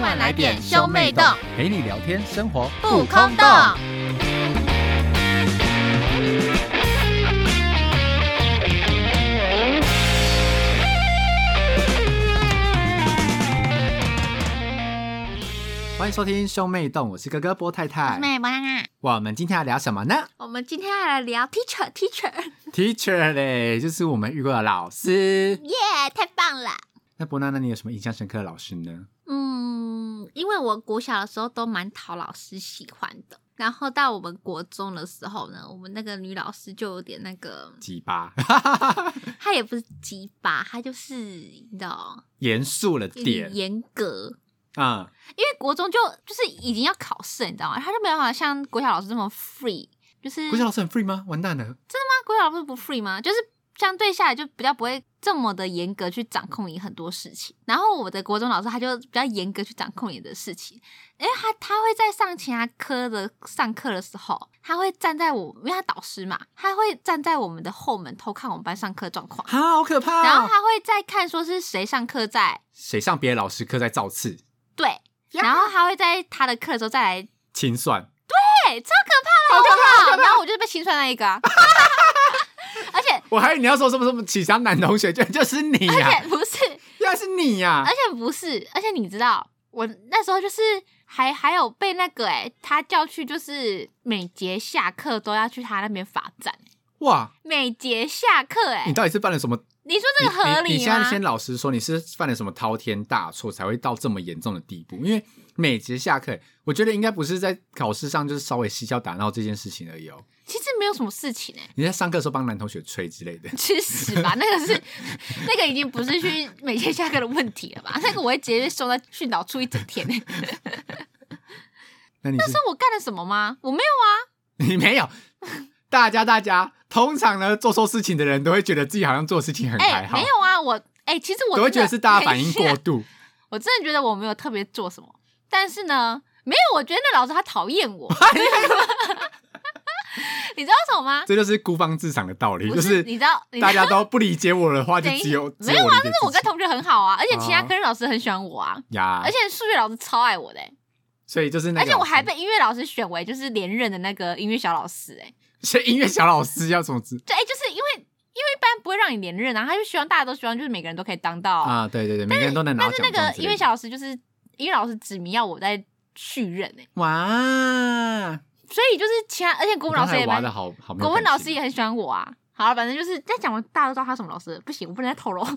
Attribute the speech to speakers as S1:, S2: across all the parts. S1: 快来点兄妹洞，
S2: 陪你聊天，生活
S1: 不空洞。
S2: 欢迎收听兄妹洞，我是哥哥波太太。
S1: 妹妹啊，
S2: 我们今天要聊什么呢
S1: 我们今天要来聊 teacher teacher，
S2: ？Teacher 嘞，就是我们遇过的老师。
S1: 耶太棒了。
S2: 那波娜，那你有什么印象深刻的老师呢？
S1: 嗯，因为我国小的时候都蛮讨老师喜欢的，然后到我们国中的时候呢，我们那个女老师就有点那 个，
S2: 鸡巴，
S1: 她也不是鸡巴，她就是你知道
S2: 严肃了
S1: 有
S2: 点
S1: 点严格，
S2: 啊、
S1: 因为国中就就是已经要考试，你知道吗？她就没有办法像国小老师这么 free，就是
S2: 嗯。国小老师很 free 吗？完蛋了，
S1: 那国小不是不 free 吗？就是相对下来就比较不会这么的严格去掌控你很多事情。然后我的国中老师他就比较严格去掌控你的事情，因为他他会在上其他科的上课的时候，他会站在我，因为他导师嘛，他会站在我们的后门偷看我们班上课状况，
S2: 好可怕、哦。
S1: 然后他会再看说是谁上课在
S2: 谁上别的老师课在造次
S1: 对，然后他会在他的课的时候再来
S2: 清算，
S1: 对，超可怕的，好不好？然后我就是被清算那一个、 啊，而且
S2: 我还以为你要说什么什么启祥男同学，就就是你
S1: 而
S2: 呀、
S1: 且不是。
S2: 原来是你呀、
S1: 而且不是，而且你知道，我那时候就是还还有被那个哎、他叫去，就是每节下课都要去他那边罚站，
S2: 哇，
S1: 每节下课哎、
S2: 你到底是犯了什么？
S1: 你说这个合
S2: 你你
S1: 理
S2: 你现在
S1: 吗？
S2: 先老实说，你是犯了什么滔天大错才会到这么严重的地步？因为每节下课，我觉得应该不是在考试上就是稍微嬉笑打闹这件事情而已哦。
S1: 其实没有什么事情哎、
S2: 你在上课的时候帮男同学吹之类的，
S1: 去死吧！那个是 那个已经不是去每天下课的问题了吧？那个我会直接送到训导处一整天、欸。
S2: 那你是
S1: 那我干了什么吗？我没有啊，
S2: 你没有？大家大家，通常呢做错事情的人都会觉得自己好像做事情很
S1: 哎、
S2: 还好，
S1: 没有啊，我哎、其实我
S2: 都会
S1: 真
S2: 觉
S1: 的
S2: 得是大家
S1: 没
S2: 反应
S1: 事啊
S2: 过度。
S1: 我真的觉得我没有特别做什么，但是呢，没有，我觉得那老师他讨厌我。 你知道什么吗？
S2: 这就是孤芳自赏的道理，
S1: 不
S2: 就是是
S1: 你知道，你知
S2: 大
S1: 道，
S2: 家都不理解我的话，就
S1: 等一
S2: 只有只
S1: 没有
S2: 啊，
S1: 但是我跟同学很好啊，而且其他
S2: 哦
S1: 科任老师很喜欢我啊，
S2: 呀
S1: 而，且数学老师超爱我的欸、
S2: 所以就是那
S1: 而
S2: 个老师，
S1: 且我还被音乐老师选为就是连任的那个音乐小老师、欸，哎，
S2: 所以音乐小老师要怎么知
S1: 就哎、就是因为因为一般不会让你连任啊，他就希望大家都希望就是每个人都可以当到
S2: 啊？对对对，每个人都能拿
S1: 但
S2: 奖
S1: 是
S2: 状
S1: 那
S2: 之类的。
S1: 个音乐小老师就是音乐老师指明要我在续任、欸，
S2: 哇，
S1: 所以就是其他，而且国
S2: 我
S1: 文老
S2: 刚
S1: 师
S2: 才
S1: 也
S2: 玩
S1: 蛮
S2: 的好好，
S1: 国文老师也很喜欢我啊。好了，反正就是在讲完，大家都知道他什么老师了，不行，我不能再透露。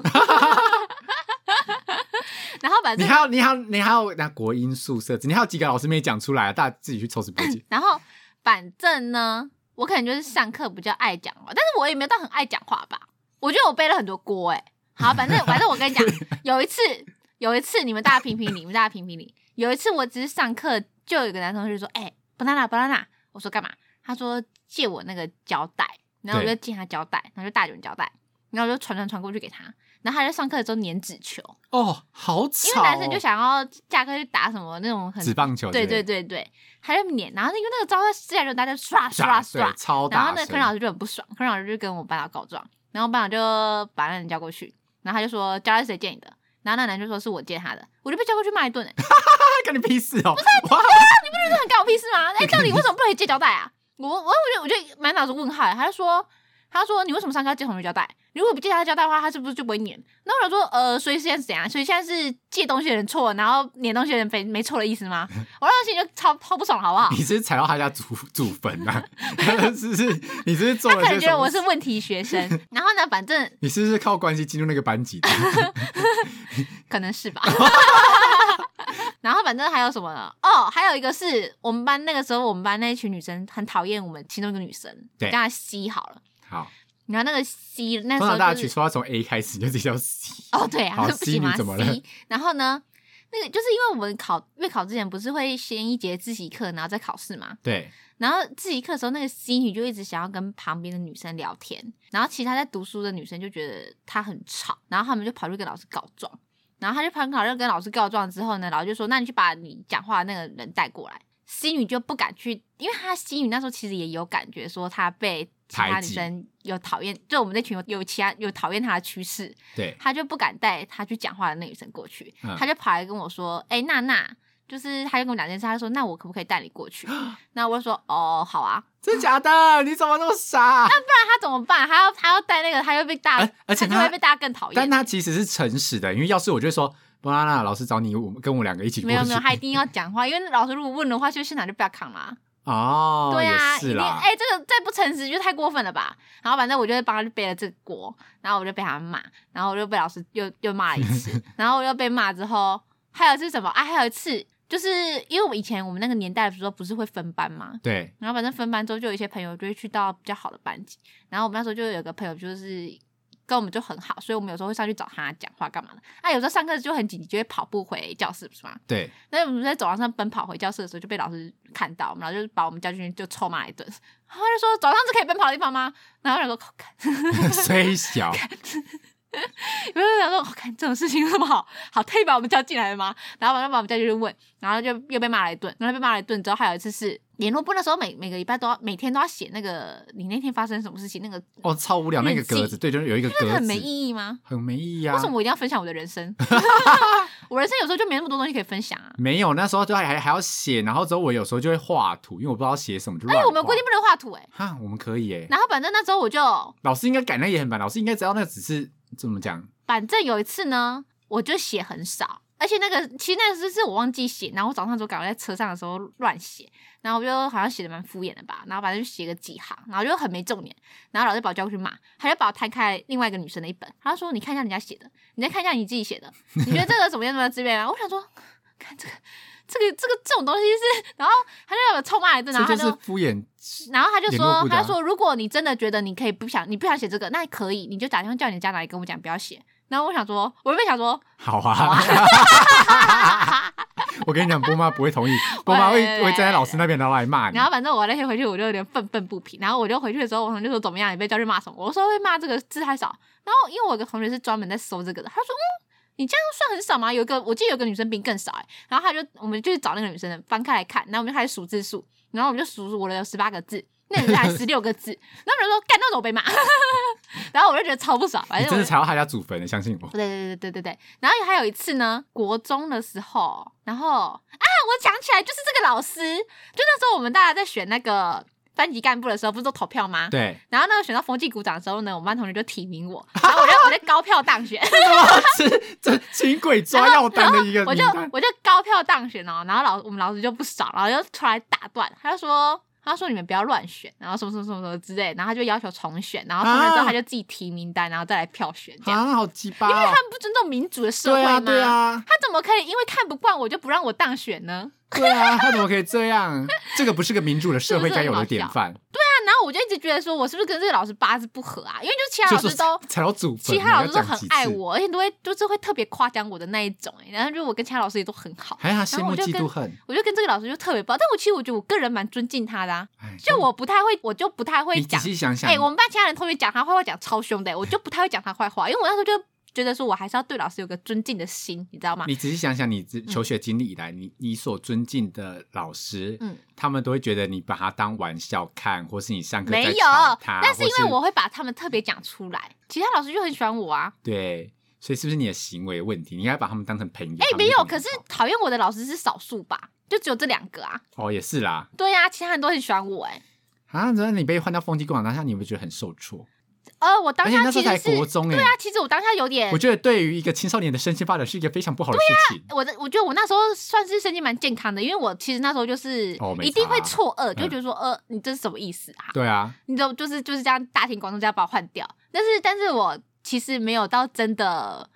S1: 然后反
S2: 你
S1: 正，
S2: 还有你还有你还有那国音宿舍，你还有几个老师没讲出来啊？大家自己去抽丝剥茧
S1: 。然后反正呢，我可能就是上课比较爱讲话，但是我也没有到很爱讲话吧。我觉得我背了很多锅哎、好，反 正反正我跟你讲，有一次有一次你们大家评评理，你们大家评评理。有一次我只是上课，就有一个男同学说：“哎、b a n a n a banana。”我说：“干嘛？”他说：“借我那个胶带。”然后我就
S2: 对
S1: 借他胶带，然后就大卷胶带，然后我就传传传过去给他。然后他在上课的时候粘纸球，
S2: 哦，好吵、哦！
S1: 因为男生就想要下课去打什么那种很
S2: 纸棒球之类
S1: 对
S2: 的，
S1: 对对对，他就撵，然后因为那个招在自然就大家刷刷
S2: 耍对
S1: 刷，
S2: 超
S1: 然
S2: 大
S1: 后
S2: 声。
S1: 那个科任老师就很不爽，科任老师就跟我班长告状，然后班长就把那人叫过去，然后他就说教他是谁借你的，然后那男就说是我借他的，我就被叫过去骂一顿、欸，
S2: 干你屁事哦！
S1: 啊
S2: 哇
S1: 这很干我屁事吗？哎、到底为什么不可以借胶带啊？我我我就我就满脑子问号、欸，他就说他说你为什么上课要借同学胶带？如果不借他的胶带的话，他是不是就不会撵？那我想说，呃，所以现在是怎样？所以现在是借东西的人错，然后撵东西的人没没错的意思吗？我当时心里就超超不爽，好不好？
S2: 你是不是踩到他家祖祖坟啊？ 是不是？你是不是做
S1: 他
S2: 了
S1: 可
S2: 些
S1: 能
S2: 什
S1: 觉得
S2: 么
S1: 我是问题学 生，然后呢，反正
S2: 你是不是靠关系进入那个班级的？
S1: 可能是吧。然后反正还有什么呢？哦，还有一个是我们班那个时候，我们班那一群女生很讨厌我们其中一个女生，
S2: 对
S1: 叫她 C 好了。
S2: 好，
S1: 然后那个 C 那时
S2: 通
S1: 候、就
S2: 常
S1: 是、
S2: 大家取绰号从 A 开始，就直接叫 C。
S1: 哦，对啊，
S2: 好
S1: 对不起
S2: C
S1: 嘛
S2: 你怎么
S1: C
S2: 了。
S1: 然后呢，那个就是因为我们考月考之前不是会先一节自习课，然后再考试嘛。
S2: 对，
S1: 然后自习课的时候，那个 C 女就一直想要跟旁边的女生聊天，然后其他在读书的女生就觉得她很吵，然后他们就跑去跟老师告状。然后她就跑去考跟老师告状之后呢，老师就说：“那你去把你讲话的那个人带过来。” C 女就不敢去，因为她 C 女那时候其实也有感觉说她被其他
S2: 排
S1: 女
S2: 挤
S1: 生有讨厌，就我们那群有有其他有讨厌她的趋势，
S2: 对，
S1: 他就不敢带他去讲话的那女生过去，
S2: 嗯
S1: 他就跑来跟我说：“哎、娜娜，就是他就跟我讲这件事，他就说那我可不可以带你过去？ 那我就说哦，好啊。
S2: 真假的？你怎么那么傻？
S1: 那他怎么办？他要他要带那个，他又被大，
S2: 而而且
S1: 他
S2: 他
S1: 就会被大家更讨
S2: 但
S1: 厌。
S2: 他其实是诚实的，因为要是我就会说，波拉娜老师找你，我们跟我两个一起过
S1: 没
S2: 去。
S1: 有没有，他一定要讲话，因为老师如果问的话，就现场就不要扛啦。
S2: 哦，
S1: 对啊，
S2: 也
S1: 一
S2: 是
S1: 定
S2: 啦。
S1: 哎、这个再不诚实就太过分了吧？然后反正我就帮他就背了这个锅，然后我就被他骂，然后我就被老师又又骂了一 次，然后我又被骂之后，还有是什么啊？还有一次就是因为我以前我们那个年代的时候不是会分班吗？
S2: 对，
S1: 然后反正分班之后，就有一些朋友就会去到比较好的班级。然后我们那时候就有个朋友，就是跟我们就很好，所以我们有时候会上去找他讲话干嘛的。啊，有时候上课就很紧急，就会跑步回教室，不是吗？
S2: 对，
S1: 那我们在走廊上奔跑回教室的时候，就被老师看到，然后就把我们叫进去就臭骂一顿。 然后他就说：“早上是可以奔跑的地方吗？”然后我想说：“看，
S2: 虽小，
S1: 有没有想说，我看这种事情这么好好特意把我们叫进来的吗？然后我就把我们叫进去问，然后就又被骂了一顿，然后被骂了一顿之后，还有一次是联络部那时候每每个礼拜都要每天都要写那个你那天发生什么事情，那个
S2: 哦，超无聊那个 格
S1: 日
S2: 子，
S1: 记
S2: 对，就是有一个
S1: 那
S2: 格
S1: 个
S2: 子，
S1: 很没意义吗？
S2: 很没意义啊。
S1: 为什么我一定要分享我的人生？我人生有时候就没那么多东西可以分享啊。
S2: 没有，那时候就还还还要写，然后之后我有时候就会画图，因为我不知道写什么就乱
S1: 哎，
S2: 画。
S1: 我们规定不能画图哎、
S2: 哈，我们可以诶。
S1: 然后反正那时候我就
S2: 老师应该改那也很烦，老师应该知道那只是怎么讲，
S1: 反正有一次呢，我就写很少，而且那个其实那个是是我忘记写，然后我早上的时候赶快在车上的时候乱写，然后我就好像写的蛮敷衍的吧，然后反正就写个几行，然后就很没重点，然后老师把我叫过去骂，他就把我摊开另外一个女生的一本，他就说你看一下人家写的，你再看一下你自己写的，你觉得这个怎么样怎么样之类的，我想说看这个。这个这个这种东西是，然后他就把我臭骂一顿，然
S2: 这
S1: 后他
S2: 就是
S1: 就
S2: 敷衍。
S1: 然后他就
S2: 联络
S1: 说
S2: 部，的啊
S1: 他说如果你真的觉得你可以不想，你不想写这个，那可以，你就打电话叫你的家长来跟我讲，不要写。然后我想说，我原本想说，
S2: 好啊，我跟你讲，波妈不 会同意，波妈会
S1: 喂
S2: 会站在老师那边，然后来骂你
S1: 然。后反正我那天回去我就有点愤愤不平。然后我就回去的时候，我同学就说怎么样，你被叫去骂什么？我说会骂这个字太少。然后因为我有个同学是专门在搜这个的，他说嗯。你这样算很少吗？有一个，我记得有个女生比你更少哎、然后他就我们就去找那个女生的，翻开来看，然后我们就开始数字数，然后我们就数数我的有十八个字，那女生还十六个字， 然后我们就说干那种被骂， 然后我就觉得超不爽，反
S2: 你
S1: 正哎我啊
S2: 真的
S1: 就
S2: 踩到他家祖坟了，相信我。
S1: 对对对对对对。然后还有一次呢，国中的时候，然后啊，我想起来就是这个老师，就那时候我们大家在选那个班级干部的时候，不是都投票吗？
S2: 对，
S1: 然后那个选到风纪股长的时候呢，我们班同学就提名我，然后我就我就高票当选，
S2: 这这轻轨抓药单的一个
S1: 我
S2: 名
S1: 就
S2: 单，
S1: 我就高票当选哦。然后老我们老师就不爽，然后就出来打断，他就说。他说：“你们不要乱选，然后什么什么什么什么之类，然后他就要求重选，然后重选之后
S2: 啊
S1: 他就自己提名单，然后再来票选这样，
S2: 啊，好鸡巴
S1: 因为
S2: 哦
S1: 他！们不尊重民主的社会
S2: 对
S1: 吗？
S2: 啊，对啊，
S1: 他怎么可以因为看不惯我就不让我当选呢？
S2: 对啊，他怎么可以这样？这个不是个民主的社
S1: 是不
S2: 会
S1: 是
S2: 该有
S1: 很
S2: 的
S1: 好
S2: 典
S1: 笑
S2: 范。
S1: 那然后我就一直觉得说我是不是跟这个老师八字不合啊？因为就其他
S2: 就
S1: 老
S2: 说
S1: 师都。
S2: 踩到祖坟，
S1: 其他老
S2: 你
S1: 师
S2: 要
S1: 都
S2: 讲
S1: 很
S2: 几
S1: 爱
S2: 次，
S1: 我，而且都会就是会特别夸奖我的那一种、欸，然后就我跟其他老师也都很好，
S2: 还他羡
S1: 然后
S2: 慕
S1: 我就
S2: 嫉
S1: 跟
S2: 妒恨。
S1: 我就跟这个老师就特别不好。但我其实我觉得我个人蛮尊敬他的、啊，
S2: 哎
S1: 就我不太会，我就不太会
S2: 你仔
S1: 讲，
S2: 细想想
S1: 哎、，我们班其他人同学讲他坏话讲超凶的欸、我就不太会讲他坏话，因为我那时候就觉得说我还是要对老师有个尊敬的心，你知道吗？
S2: 你仔细想想，你
S1: 嗯
S2: 自求学经历以来，你你所尊敬的老师，
S1: 嗯
S2: 他们都会觉得你把他当玩笑看，或是你上课
S1: 没
S2: 在
S1: 有
S2: 吵，他，
S1: 但是因
S2: 或
S1: 为我会把他们特别讲出来，其他老师就很喜欢我啊。
S2: 对，所以是不是你的行为问题？你应该把他们当成朋友。
S1: 哎、
S2: 他们
S1: 没
S2: 就
S1: 有，
S2: 跟你
S1: 可是
S2: 好
S1: 讨厌我的老师是少数吧，就只有这两个啊。
S2: 哦，也是啦
S1: 对呀、其他人都很喜欢我、哎，
S2: 啊！然后你被换到风纪股长当下，你会不会觉得很受挫？
S1: 呃，我当
S2: 而且
S1: 下
S2: 那时
S1: 其
S2: 候才
S1: 实
S2: 国
S1: 是，
S2: 中哎
S1: 对，啊，其实我当下有点
S2: 我，觉得对于一个青少年的身心发展是一个非常不好的事情。
S1: 我的我觉得我那时候算是身体蛮健康的，因为我其实那时候就是
S2: 哦没
S1: 一定会
S2: 差
S1: 错愕，就会觉得说，呃，你这是什么意思啊？
S2: 对啊，
S1: 你懂，就是就是这样大庭广众这样把我换掉，但是但是我其实没有到真的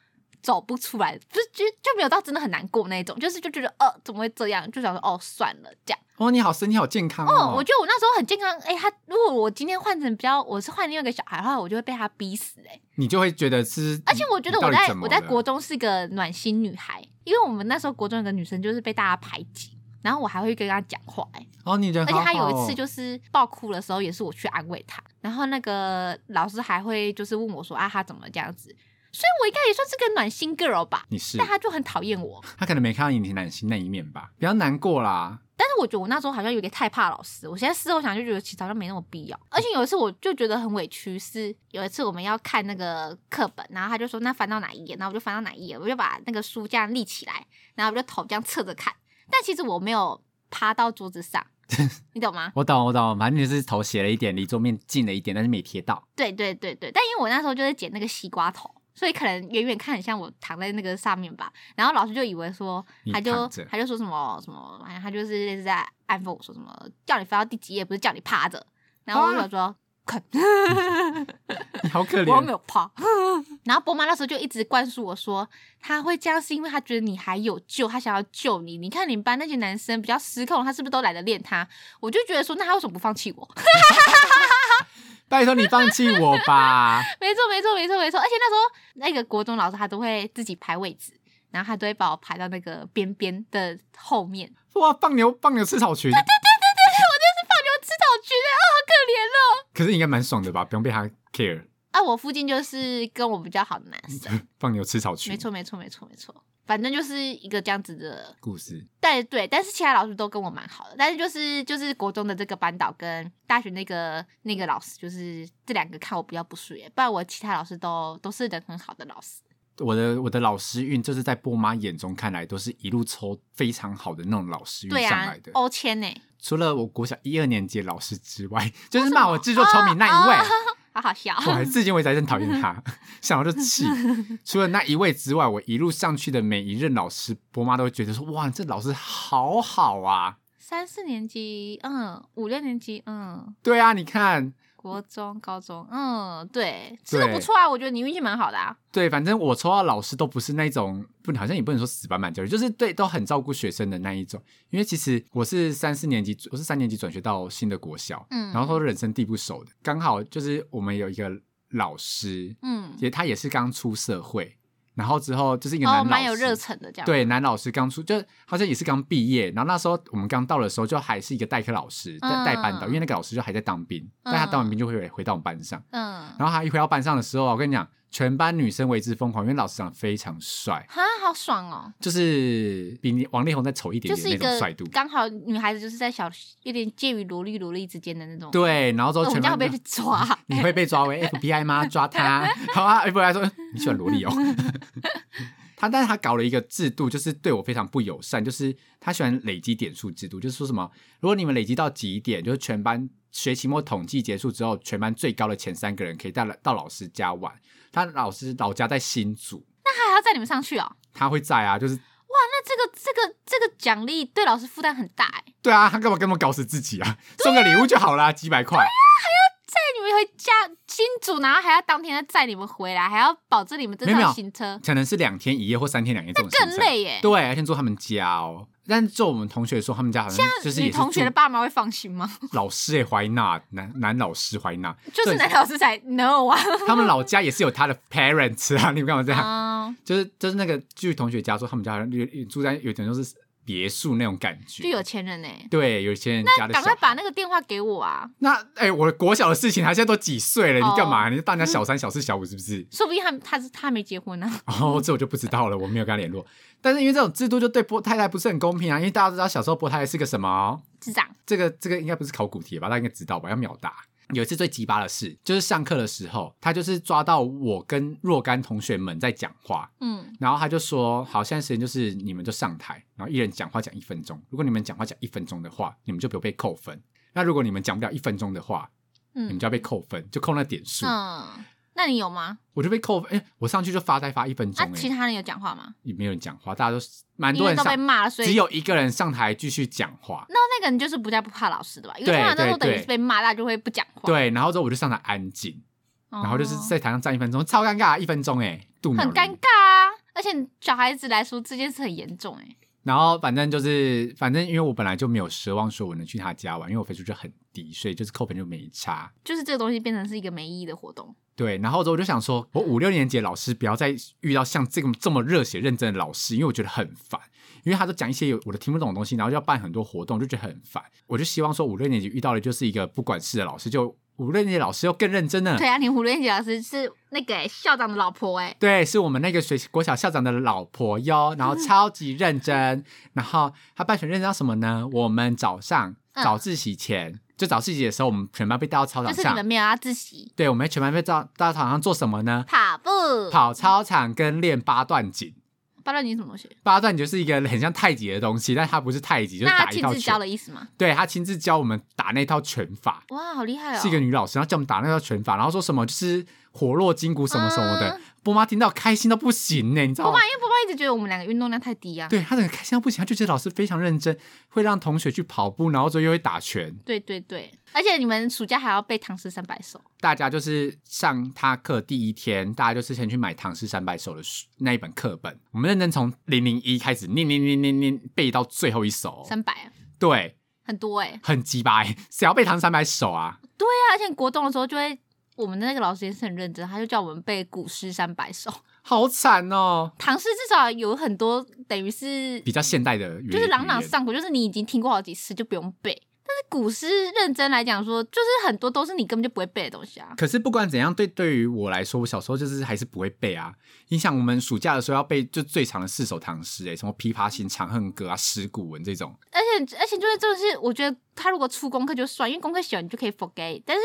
S1: 走不出来，就就就没有到真的很难过那一种，就是就觉得呃怎么会这样，就想说哦算了这样。
S2: 哦，你好，身体好健康
S1: 哦，
S2: 哦。
S1: 我觉得我那时候很健康，哎、他如果我今天换成比较，我是换另外一个小孩的话，我就会被他逼死哎、
S2: 你就会觉得是，
S1: 而且我觉得
S2: 嗯你到
S1: 我
S2: 底
S1: 在
S2: 怎么
S1: 我在
S2: 了
S1: 国中是个暖心女孩，因为我们那时候国中有个女生就是被大家排挤。然后我还会跟她讲话、哎，
S2: 哦，你人
S1: 而且
S2: 好好
S1: 她
S2: 哦，
S1: 有一次就是爆哭的时候，也是我去安慰她。然后那个老师还会就是问我说啊，她怎么这样子？所以我应该也算是个暖心 girl 吧，
S2: 你是
S1: 但她就很讨厌我。
S2: 他可能没看到你暖心那一面吧，不要难过啦。
S1: 但是我觉得我那时候好像有点太怕老师，我现在事后想就觉得其实好像没那么必要。而且有一次我就觉得很委屈，是有一次我们要看那个课本，然后他就说那翻到哪一页，然后我就翻到哪一页，我就把那个书这样立起来，然后我就头这样侧着看，但其实我没有爬到桌子上，你懂吗？
S2: 我懂，我懂，反正就是头斜了一点，离桌面近了一点，但是没贴到。
S1: 对对对对，但因为我那时候就是捡那个西瓜头，所以可能远远看很像我躺在那个上面吧。然后老师就以为说
S2: 你，
S1: 他就
S2: 躺着
S1: 他就说什么什么，反正他就是类似在暗讽我说什么，叫你飞到第几页，不是叫你趴着。然后我就想说，看，
S2: 你好啊可
S1: 我又没
S2: 怜，
S1: 有趴。然后波妈那时候就一直灌输我说，他会这样是因为他觉得你还有救，他想要救你。你看你们班那些男生比较失控，他是不是都懒得练他？我就觉得说，那他为什么不放弃我？
S2: 拜托你放弃我吧。
S1: 没错，没错，没错，没错。而且那时候那个国中老师他都会自己排位置，然后他都会把我排到那个边边的后面，
S2: 哇，放牛放牛吃草裙，
S1: 我知道，觉得啊，好可怜哦。
S2: 可是应该蛮爽的吧？不用被他 care。
S1: 啊，我附近就是跟我比较好的男生，
S2: 放牛吃草裙，
S1: 没错，没错，没错，没错。反正就是一个这样子的，
S2: 故事。
S1: 但对，但是其他老师都跟我蛮好的，但是就是就是国中的这个班导跟大学那个那个老师，就是这两个看我比较不顺眼，不然我其他老师都都是人很好的老师。
S2: 我的我的老师运，就是在波妈眼中看来，都是一路抽非常好的那种老师运
S1: 对
S2: 上
S1: 啊
S2: 来的。，
S1: 欧签呢，
S2: 除了我国小一二年级的老师之外，就
S1: 哦
S2: 是
S1: 为什
S2: 骂
S1: 么
S2: 我制作丑米那一位，
S1: 哦哦好好笑。
S2: 我还至今为止还是很讨厌他， 想到就气。除了那一位之外，我一路上去的每一任老师，波妈都会觉得说：“哇，这老师好好啊
S1: 三四年级，嗯，五六年级，嗯，！”
S2: 对啊，你看，
S1: 国中、高中，嗯，对，这个不错啊，我觉得你运气蛮好的啊。
S2: 对，反正我抽到老师都不是那种不，好像也不能说死板板教育，就是对都很照顾学生的那一种。因为其实我是三四年级，我是三年级转学到新的国小，
S1: 嗯
S2: 然后都是人生地不熟的，刚好就是我们有一个老师，
S1: 嗯
S2: 其，实他也是刚出社会，然后之后就是一个
S1: 哦，
S2: 男老师，
S1: 蛮有热忱的这样。，
S2: 对，男老师刚出，就好像也是刚毕业，然后那时候我们刚到的时候，就还是一个代课老师，代
S1: 嗯
S2: 代班导，因为那个老师就还在当兵，但他当完兵就会回回到我们班上。
S1: 嗯，
S2: 然后他一回到班上的时候，我跟你讲，全班女生为之疯狂，因为老师长得非常帅，
S1: 哈，好爽哦，
S2: 就是比你王力宏再丑一点
S1: 就是一
S2: 点那种帅
S1: 个
S2: 度。
S1: 刚好女孩子就是在小，有点介于萝莉萝莉之间的那种。，
S2: 对，然后之
S1: 哦我
S2: 后全
S1: 们这样
S2: 班
S1: 会被
S2: 就。
S1: 抓。
S2: 你会被抓为 FBI 吗？抓他！好啊，FBI 说你喜欢萝莉哦。 他但是他搞了一个制度，就是对我非常不友善，就是他喜欢累积点数制度，就是说什么，如果你们累积到几点，就是全班学期末统计结束之后，全班最高的前三个人可以到到老师家玩。他老师老家在新竹，
S1: 那还要载你们上去哦？
S2: 他会在啊，就是
S1: 那这个这个这个奖励对老师负担很大哎。
S2: 对啊，他干嘛干嘛搞死自己啊？送个礼物就好啦，几百块。
S1: 载你们回家新竹，然后还要当天再载你们回来，还要保证你们这
S2: 没有没有
S1: 趟行车，
S2: 可能是两天一夜或三天两夜这种行
S1: 更
S2: 程，
S1: 累耶。
S2: 对，要先住他们家哦。但就我们同学说，他们家好像就是
S1: 你
S2: 也是
S1: 同学的
S2: 住
S1: 爸妈会放心吗？
S2: 老师也怀纳男男老师怀纳，
S1: 就是
S2: 对
S1: 男老师才 no 啊。
S2: 他们老家也是有他的 parents 啊， 你们干嘛这样？
S1: 啊，
S2: 就是就是那个据同学家说，他们家好像有有住在有点就是别墅那种感觉，
S1: 就有钱人呢、欸
S2: 对有些人家的
S1: 赶快
S2: 小。
S1: 把那个电话给我啊！
S2: 那哎、我国小的事情，他现在都几岁了？你干嘛？
S1: 哦
S2: 你是大人家小三、小四、小五是不是？
S1: 说不定他他是他没结婚呢、啊。
S2: 哦，这我就不知道了，我没有跟他联络。但是因为这种制度就对波太太不是很公平啊，因为大家都知道小时候波太太是个什么。哦
S1: 智障，
S2: 这个这个应该不是考古题吧？大家应该知道吧？要秒答。有一次最鸡巴的事，就是上课的时候，他就是抓到我跟若干同学们在讲话，
S1: 嗯，
S2: 然后他就说：“好，现在时间就是你们就上台，然后一人讲话讲一分钟。如果你们讲话讲一分钟的话，你们就不用被扣分。那如果你们讲不了一分钟的话，
S1: 嗯
S2: 你们就要被扣分，就扣那点数。
S1: 嗯，那你有吗？
S2: 我就被扣分，哎、我上去就发呆发一分钟、
S1: 那、
S2: 哎、
S1: 其他人有讲话吗？
S2: 也没有人讲话，大家都蛮
S1: 因
S2: 多
S1: 为
S2: 人
S1: 都被
S2: 上，
S1: 骂了，所
S2: 只
S1: 以
S2: 有一个人上台继续讲话。
S1: 那那个人就是不叫不怕老师的吧？因为
S2: 对
S1: 通常都
S2: 对
S1: 都等于
S2: 对
S1: 是被骂，大家就会不讲话。
S2: 对，然后之后我就上台安静。”
S1: 哦，
S2: 然后就是在台上站一分钟，超尴尬，一分钟哎、度秒
S1: 很
S2: 如
S1: 尴
S2: 流。
S1: 尬啊！而且小孩子来说，这件事很严重哎、
S2: 然后反正就是，反正因为我本来就没有奢望说我能去他家玩，因为我分数就很低，所以就是扣分就没差。
S1: 就是这个东西变成是一个没意义的活动。
S2: 对，然后之后我就想说，我五六年级的老师不要再遇到像这个这么热血认真的老师，因为我觉得很烦，因为他都讲一些有我都听不懂的东西，然后就要办很多活动，就觉得很烦。我就希望说五六年级遇到的就是一个不管事的老师，就五六年级的老师又更认真了。
S1: 对啊，你胡连杰老师是那个、欸、校长的老婆哎、
S2: 对，是我们那个学国小校长的老婆哟，然后超级认真，然后他办学认真到什么呢？我们早上
S1: 嗯
S2: 早自习前，就早自习的时候，我们全班被带到操
S1: 就
S2: 场
S1: 是你
S2: 上。
S1: 们没有要自习
S2: 对，我们全班被带到带到操场上做什么呢？
S1: 跑步，
S2: 跑操场跟练八段锦。
S1: 八段锦什么东西？
S2: 八段锦就是一个很像太极的东西，但它不是太极，就是
S1: 那他
S2: 打一
S1: 亲
S2: 套
S1: 自教
S2: 拳。
S1: 的意思吗？
S2: 对他亲自教我们打那套拳法，
S1: 哇，好厉害哦！
S2: 是一个女老师，然后叫我们打那套拳法，然后说什么就是活络筋骨什么什么的。
S1: 嗯
S2: 波妈听到开心到不行呢，你知道
S1: 波
S2: 吗
S1: 妈，？因为波妈一直觉得我们两个运动量太低啊。
S2: 对她整个开心到不行，她就觉得老师非常认真，会让同学去跑步，然后最后又会打拳。
S1: 对对对，而且你们暑假还要背唐诗三百首，
S2: 大家就是上他课第一天，大家就是先去买《唐诗三百首》的书那一本课本，我们认真从零零一开始念念念念念背到最后一首哦，
S1: 三百啊
S2: 对，
S1: 很多哎、欸。
S2: 很鸡巴 欸，谁要背《唐诗三百首》啊？
S1: 对啊，而且国中的时候就会，我们的那个老师也是很认真，他就叫我们背古诗三百首，
S2: 好惨哦！
S1: 唐诗至少有很多等于是
S2: 比较现代的语
S1: 就是朗朗
S2: 语言
S1: 上口，就是你已经听过好几次就不用背。但是古诗认真来讲说，就是很多都是你根本就不会背的东西啊。
S2: 可是不管怎样，对对于我来说，我小时候就是还是不会背啊。你想，我们暑假的时候要背就最长的四首唐诗，哎，什么《琵琶行》《长恨歌》啊，《石鼓文》这种。
S1: 而且而且就是就是，我觉得他如果出功课就算，因为功课写完你就可以 forget，但是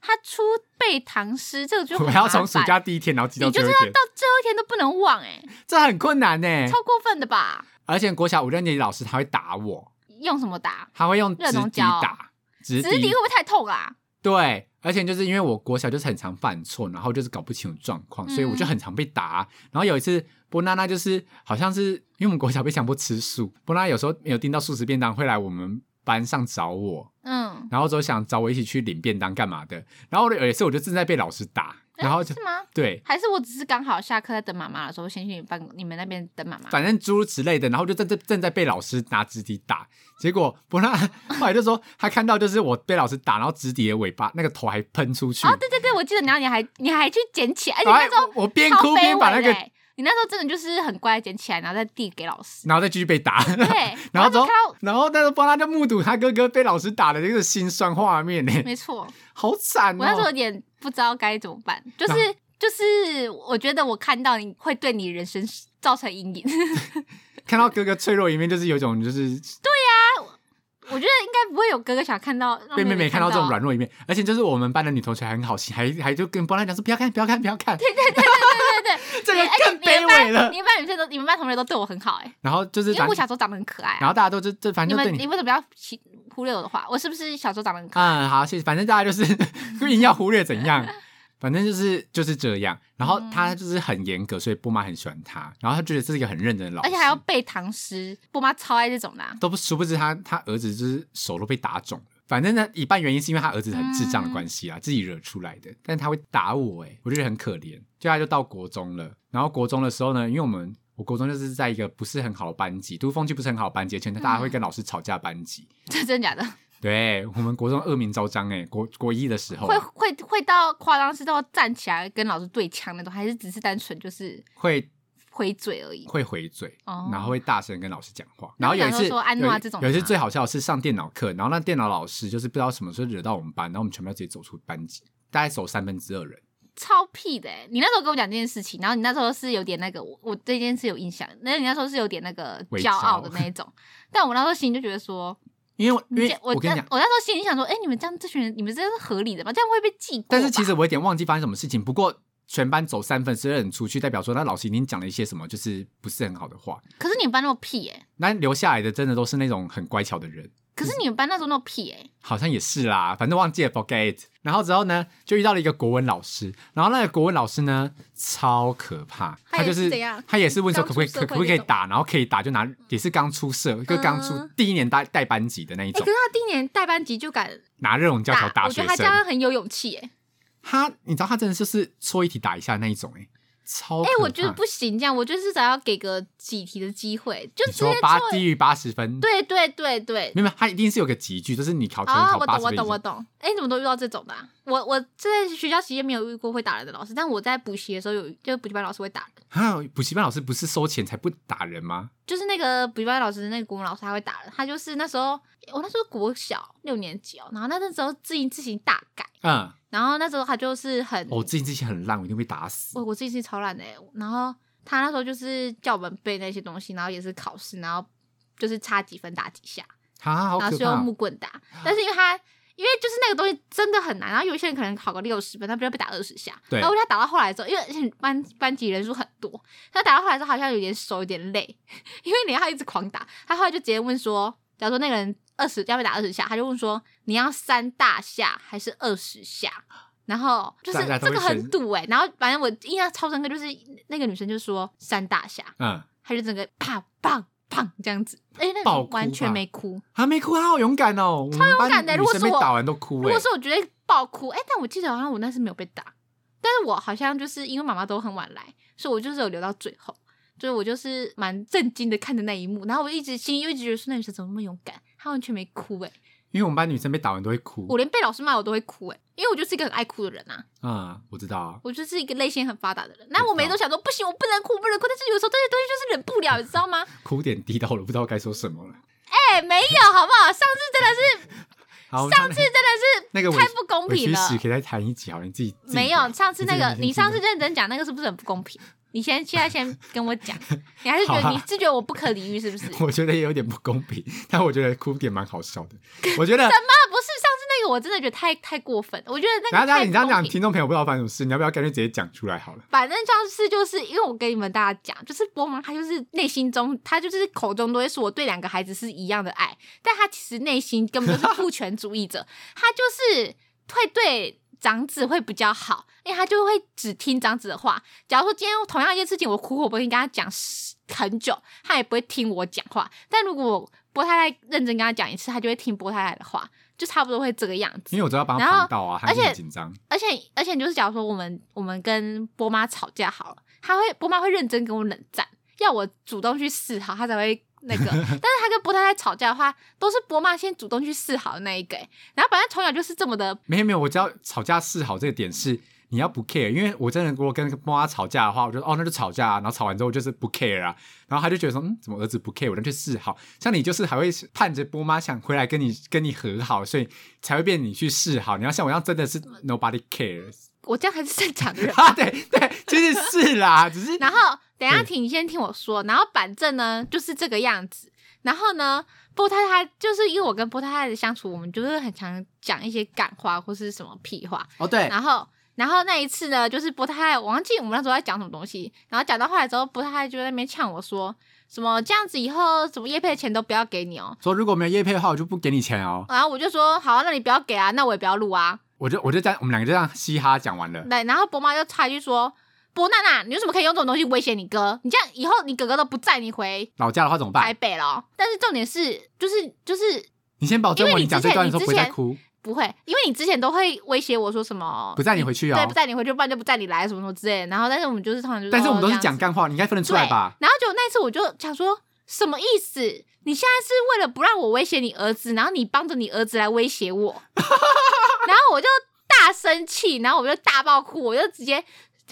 S1: 他出背唐诗这个就很
S2: 我
S1: 麻
S2: 要
S1: 烦
S2: 从暑假第一天，然后记到
S1: 你就
S2: 最
S1: 是
S2: 后一
S1: 要
S2: 天，
S1: 到最后一天都不能忘、 欸，哎，
S2: 这很困难呢、欸
S1: 超过分的吧？
S2: 而且国小五六年级老师他会打我，
S1: 用什么打？
S2: 他会用
S1: 热
S2: 直
S1: 熔
S2: 笛
S1: 胶哦
S2: 打，直
S1: 直笛
S2: 笛
S1: 会不会太痛啊？
S2: 对。而且就是因为我国小就是很常犯错，然后就是搞不清楚状况，所以我
S1: 嗯
S2: 就很常被打。然后有一次，波娜娜就是好像是因为我们国小被强迫吃素，波娜娜有时候没有订到素食便当，会来我们班上找我，
S1: 嗯，
S2: 然后就想找我一起去领便当干嘛的。然后有一次我就正在被老师打，然 后就、
S1: 是吗？
S2: 对，
S1: 还是我只是刚好下课在等妈妈的时候，先去你办公你们那边等妈妈。
S2: 反正诸如此类的，然后就正正正在被老师拿直笛打，结果伯纳 后来就说他看到就是我被老师打，然后直笛的尾巴那个头还喷出去，
S1: 哦，对对对，我记得，然后你还你还去捡起来，而且
S2: 哎
S1: 那时候
S2: 我我边
S1: 超
S2: 哭
S1: 卑
S2: 边把那
S1: 微
S2: 个
S1: 的，欸你那时候真的就是很乖，捡起来然后再递给老 师。
S2: 然后再继续被打，
S1: 对，
S2: 然后之
S1: 就
S2: 后
S1: 看到，
S2: 然后但是波拉就目睹他哥哥被老师打的这个心酸画面呢，
S1: 没 错，
S2: 好惨
S1: 我那时候有
S2: 哦！
S1: 点不知道该怎么办，就
S2: 然
S1: 是就是，我觉得我看到你会对你人生造成阴影。
S2: 看到哥哥脆弱一面，就是有一种就是
S1: 我觉得应该不会有哥哥想看到让
S2: 被妹妹
S1: 妹
S2: 看到这种软弱一面，而且就是我们班的女同学还很好心，还还就跟波拉讲说不要看，不要看，不要看，对对
S1: 对对对，
S2: 这个
S1: 而且
S2: 更卑微了
S1: 你。们班你们班女生都你们班同学都对我很好哎、
S2: 然后就是
S1: 因为
S2: 咱
S1: 我小时候长得很可爱、
S2: 然
S1: 啊。
S2: 后大家都就就反
S1: 你
S2: 正就
S1: 们
S2: 对
S1: 你为什么要忽忽略我的话？我是不是小时候长得很可爱？
S2: 嗯，好，谢谢。反正大家就是 硬要忽略怎样，反正就是就是这样。然
S1: 嗯
S2: 后他就是很严格，所以波妈很喜欢他。然后他觉得这是一个很认真的老师，
S1: 而且还要背唐诗，我妈超爱这种的啊、
S2: 都不殊不知他他儿子就是手都被打肿了。反正呢，一半原因是因为他儿子很智障的关系啊，自己惹出来的。但他会打我、欸，我就觉得很可怜。就他就到国中了，然后国中的时候呢，因为我们我国中就是在一个不是很好的班级，读风气不是很好的班级，而且大家会跟老师吵架的班级。
S1: 这真的假的？
S2: 对我们国中恶名昭彰、欸，哎，国国一的时候
S1: 会会会到夸张是到站起来跟老师对枪那种，还是只是单纯就是
S2: 会
S1: 回嘴而已？
S2: 会回嘴，
S1: 哦
S2: 然后会大声跟老师讲话。
S1: 那
S2: 然后有一
S1: 想
S2: 次，
S1: 说说安娜这种
S2: 有一有一次
S1: 吗
S2: 最好笑的是上电脑课，然后那电脑老师就是不知道什么时候惹到我们班，然后我们全部要直接走出班级，大概走三分之二人。
S1: 超屁的、欸！你那时候跟我讲这件事情，然后你那时候是有点那个，我我对这件事有印象，那你那时候是有点那个
S2: 伪
S1: 骄傲 的
S2: 造
S1: 那一种，但我那时候心里就觉得说，
S2: 因为我因
S1: 你这
S2: 为
S1: 我
S2: 我跟
S1: 那
S2: 你讲，
S1: 我那时候心里想说，哎、你们这样这群人，你们这是合理的吗？这样会被记过吧。
S2: 但是其实我有点忘记发生什么事情，不过。全班走三分之二人出去，代表说那老师已经讲了一些什么，就是不是很好的话。
S1: 可是你们班那么屁哎、
S2: 那留下来的真的都是那种很乖巧的人，
S1: 可是你们班那时候那么屁哎、
S2: 好像也是啦，反正忘记了 forget。然后之后呢，就遇到了一个国文老师，然后那个国文老师呢超可怕，
S1: 他
S2: 他就
S1: 也是
S2: 是
S1: 怎样
S2: 他也是问说
S1: 刚
S2: 可不可以
S1: 出社
S2: 可
S1: 会
S2: 可不可
S1: 那
S2: 以
S1: 种
S2: 打，然后可以打就拿，也是刚出社就刚出
S1: 嗯
S2: 第一年带带班级的那一
S1: 哎、
S2: 种
S1: 可，是他第一年带班级就敢
S2: 拿热熔胶条
S1: 打，
S2: 打
S1: 我觉
S2: 学
S1: 得他这
S2: 生。
S1: 样很有勇气哎、
S2: 他你知道他真的就是戳一题打一下那一种哎、超
S1: 哎、
S2: 可
S1: 我觉得
S2: 怕
S1: 不行，这样我就是想要给个几题的机会，就
S2: 你
S1: 直接
S2: 说八
S1: 做
S2: 低于八十分，
S1: 对对对对。
S2: 没有没有他一定是有个集句，就是你考全
S1: 啊、
S2: 考
S1: 我
S2: 八
S1: 懂，
S2: 十
S1: 我
S2: 分以
S1: 懂，我
S2: 上。
S1: 懂。哎、你怎么都遇到这种的啊、我我在学校期间没有遇过会打人的老师，但我在补习的时候有，就是补习班老师会打人，
S2: 啊，补习班老师不是收钱才不打人吗？
S1: 就是那个补习班老师，那个国文老师他会打人。他就是那时候我那时候国小六年级哦，然后那时候自己自行大改，
S2: 嗯，
S1: 然后那时候他就是很
S2: 哦，最近这些很烂，我一定被打死。
S1: 我我自己是超懒的欸、然后他那时候就是叫我们背那些东西，然后也是考试，然后就是差几分打几下，
S2: 啊，好
S1: 然后
S2: 可
S1: 是用
S2: 怕！
S1: 木棍打。但是因为他因为就是那个东西真的很难，然后有一些人可能考个六十分，他不就被打二十下，
S2: 对
S1: 然后他打到后来之后，因为而且班班级人数很多，他打到后来之后好像有点手有点累， 因为你要一直狂打，他后来就直接问说，假如说那个人二十要被打二十下，他就问说你要三大下还是二十下？然后就是
S2: 大家都
S1: 这
S2: 会
S1: 个很
S2: 选
S1: 赌哎、然后反正我印象超深刻，就是那个女生就说三大下，
S2: 嗯，
S1: 他就整个啪砰砰这样子，哎、那
S2: 爆
S1: 个
S2: 哭吧
S1: 完全没哭。
S2: 还没哭，她好勇敢哦，超勇
S1: 敢的欸如果是
S2: 被
S1: 我
S2: 打完都哭
S1: 如
S2: 哎、
S1: 果是我觉得爆哭，哎、但我记得好像我那次没有被打，但是我好像就是因为妈妈都很晚来，所以我就是有留到最后，所以我就是蛮震惊的看着那一幕，然后我一直心里又一直觉得说那女生怎么那么勇敢，她完全没哭、哎，
S2: 因为我们班女生被打完都会哭
S1: 我连被老师骂我都会哭、哎，因为我就是一个很爱哭的人啊，
S2: 啊、嗯，我知道啊，
S1: 我就是一个泪腺很发达的人，那我每天都想说不行，我不能哭，不能哭，但是有时候这些东西就是忍不了，你知道吗？
S2: 哭点低到我都不知道该说什么了。
S1: 哎、没有，好不好？上次真的是，
S2: 好，
S1: 上次真的是
S2: 那个委
S1: 太不公
S2: 委
S1: 平
S2: 屈
S1: 了
S2: 史。可以再谈一集好了，你自己自己
S1: 没有，上次那个
S2: 自己
S1: 你上次
S2: 听啊
S1: 认真讲那个是不是很不公平？你先现在先跟我讲，你还是觉得
S2: 好啊
S1: 你是觉得我不可理喻是不是？啊
S2: 听我觉得也有点 不公平，但我觉得哭点蛮好笑 的。我觉得，
S1: 啊，不是上次那个我真的觉得太太过分了，我觉得那
S2: 然后
S1: 个太
S2: 大家
S1: 不
S2: 你这样
S1: 公
S2: 讲，
S1: 平。
S2: 听众朋友不知道发生什么事，你要不要干脆直接讲出来好了？
S1: 反正上次就是因为我跟你们大家讲，就是波妈她就是内心中，她就是口中都会说我对两个孩子是一样的爱，但她其实内心根本就是父权主义者， 她就是会对长子会比较好，因为她就会只听长子的话。假如说今天同样一件事情，我苦口婆心跟她讲十很久，她也不会听我讲话。但如果我波太太认真跟她讲一次，她就会听波太太的话，就差不多会这个样子。
S2: 因为我知道帮他
S1: 然后
S2: 防盗啊，他
S1: 而且
S2: 很紧张，
S1: 而且而且就是，假如说我们我们跟波妈吵架好了，她会波妈会认真跟我冷战，要我主动去示好，她才会那个。但是她跟波太太吵架的话，都是波妈先主动去示好的那一个、欸然后反正从小就是这么的，
S2: 没有没有，我知道吵架示好这个点是你要不 care，因为我真的如果跟妈妈吵架的话，我就说哦那就吵架、啊，然后吵完之后我就是不 care 啊，然后他就觉得说嗯怎么儿子不 care，我那就示好，像你就是还会盼着波妈想回来跟你跟你和好，所以才会变你去示好。你要像我一样真的是
S1: 嗯
S2: nobody cares。
S1: 我这样还是正常的人
S2: 啊，对对，其实是 啦，只是
S1: 然后等一下
S2: 对
S1: 听，你先听我说。然后板正呢就是这个样子。然后呢，波太太就是因为我跟波太太的相处，我们就是很常讲一些感话或是什么屁话。
S2: 哦对，
S1: 然后，然后那一次呢，就是波太太，我忘记我们那时候在讲什么东西。然后讲到后来之后，波太太就在那边呛我说：“什么这样子以后什么叶配的钱都不要给你哦。
S2: 说如果没有叶配的话，我就不给你钱”哦，
S1: 然后我就说：“好啊，那你不要给啊，那我也不要录啊。
S2: 我就我就这样，我们两个就这样嘻哈讲完”了。
S1: 对，然后波妈就插一句说：“波娜娜，你为什么可以用这种东西威胁你哥？你这样以后你哥哥都不在，你回
S2: 老家的话怎么
S1: 台
S2: 办？
S1: 北了哦。但是重点是，就是就是
S2: 你先保证
S1: 因为
S2: 我，
S1: 你
S2: 你讲
S1: 之
S2: 这
S1: 前
S2: 段
S1: 你
S2: 的时候
S1: 之
S2: 不会再
S1: 前
S2: 哭，
S1: 不会，因为你之前都会威胁我说什么
S2: 不带你回去哦
S1: 对，不带你回去，不然就不带你来什么什么之类的。然后，但是我们就是通常就是，
S2: 但是我们都
S1: 哦这
S2: 是
S1: 样
S2: 讲
S1: 子
S2: 干话，你应该分得出
S1: 对，
S2: 来吧？
S1: 然后就那次我就想说，什么意思？你现在是为了不让我威胁你儿子，然后你帮着你儿子来威胁 我，然后我就大生气，然后我就大爆哭，我就直接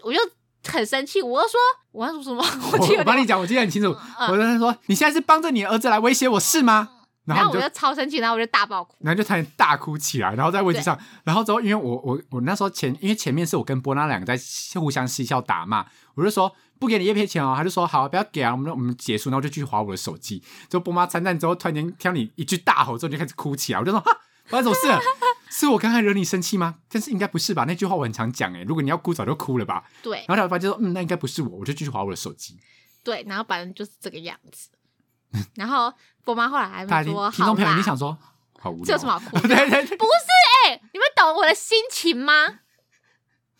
S1: 我就很生气，我就说我要说什么， 我记
S2: 我
S1: 得
S2: 我帮你讲，我记得很清楚。
S1: 嗯
S2: 我跟他说：“你现在是帮着你儿子来威胁我是吗？”然
S1: 然
S2: 后
S1: 后我
S2: 你就
S1: 就，超生气，然后我就大爆哭。
S2: 然后就差点大哭起来，然后在位置上，然后之后，因为我我我那时候前，因为前面是我跟波娜两个在互相嬉笑打骂，我就说不给你叶片钱哦，他就说好，不要给啊，我们我们结束，然后就去划我的手机。就波妈参战之后，突然间听到你一句大吼之后，你就开始哭起来，我就说哈，发生什么事了？ 是我刚才惹你生气吗？但是应该不是吧？那句话我很常讲诶、欸如果你要哭早就哭了吧。
S1: 对
S2: 然后小发就说嗯，那应该不是我，我就继续划我的手机。
S1: 对，然后反正就是这个样子。然后我妈后来还
S2: 大
S1: 没
S2: 家听
S1: 说
S2: 听
S1: 好
S2: 众朋友一
S1: 啦
S2: 定，想说，好无聊，哦
S1: 这有什么好哭 的？
S2: 对对对，
S1: 不是哎、你们懂我的心情吗？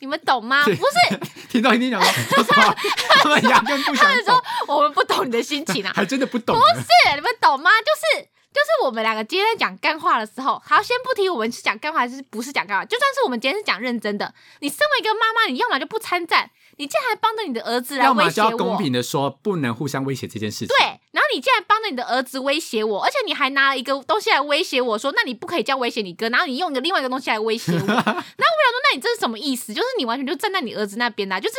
S1: 你们懂吗？不
S2: 对
S1: 是，
S2: 听众一定想说，有什么好他们压根不想
S1: 他们
S2: 懂
S1: 说，我们不懂你的心情啊，
S2: 还真的不懂呢。
S1: 是你们懂吗？就是就是我们两个今天在讲干话的时候，好，先不提我们是讲干话还是不是讲干话，就算是我们今天是讲认真的，你身为一个妈妈，你要么就不参战，你竟然还帮着你的儿子来
S2: 要么
S1: 威
S2: 就
S1: 胁
S2: 要
S1: 我，
S2: 公平的说，不能互相威胁这件事情。
S1: 对，然后你竟然帮着你的儿子威胁我，而且你还拿了一个东西来威胁我说，那你不可以这样威胁你哥，然后你用一个另外一个东西来威 胁我，然后我想说，那你这是什么意思？就是你完全就站在你儿子那边啦、就是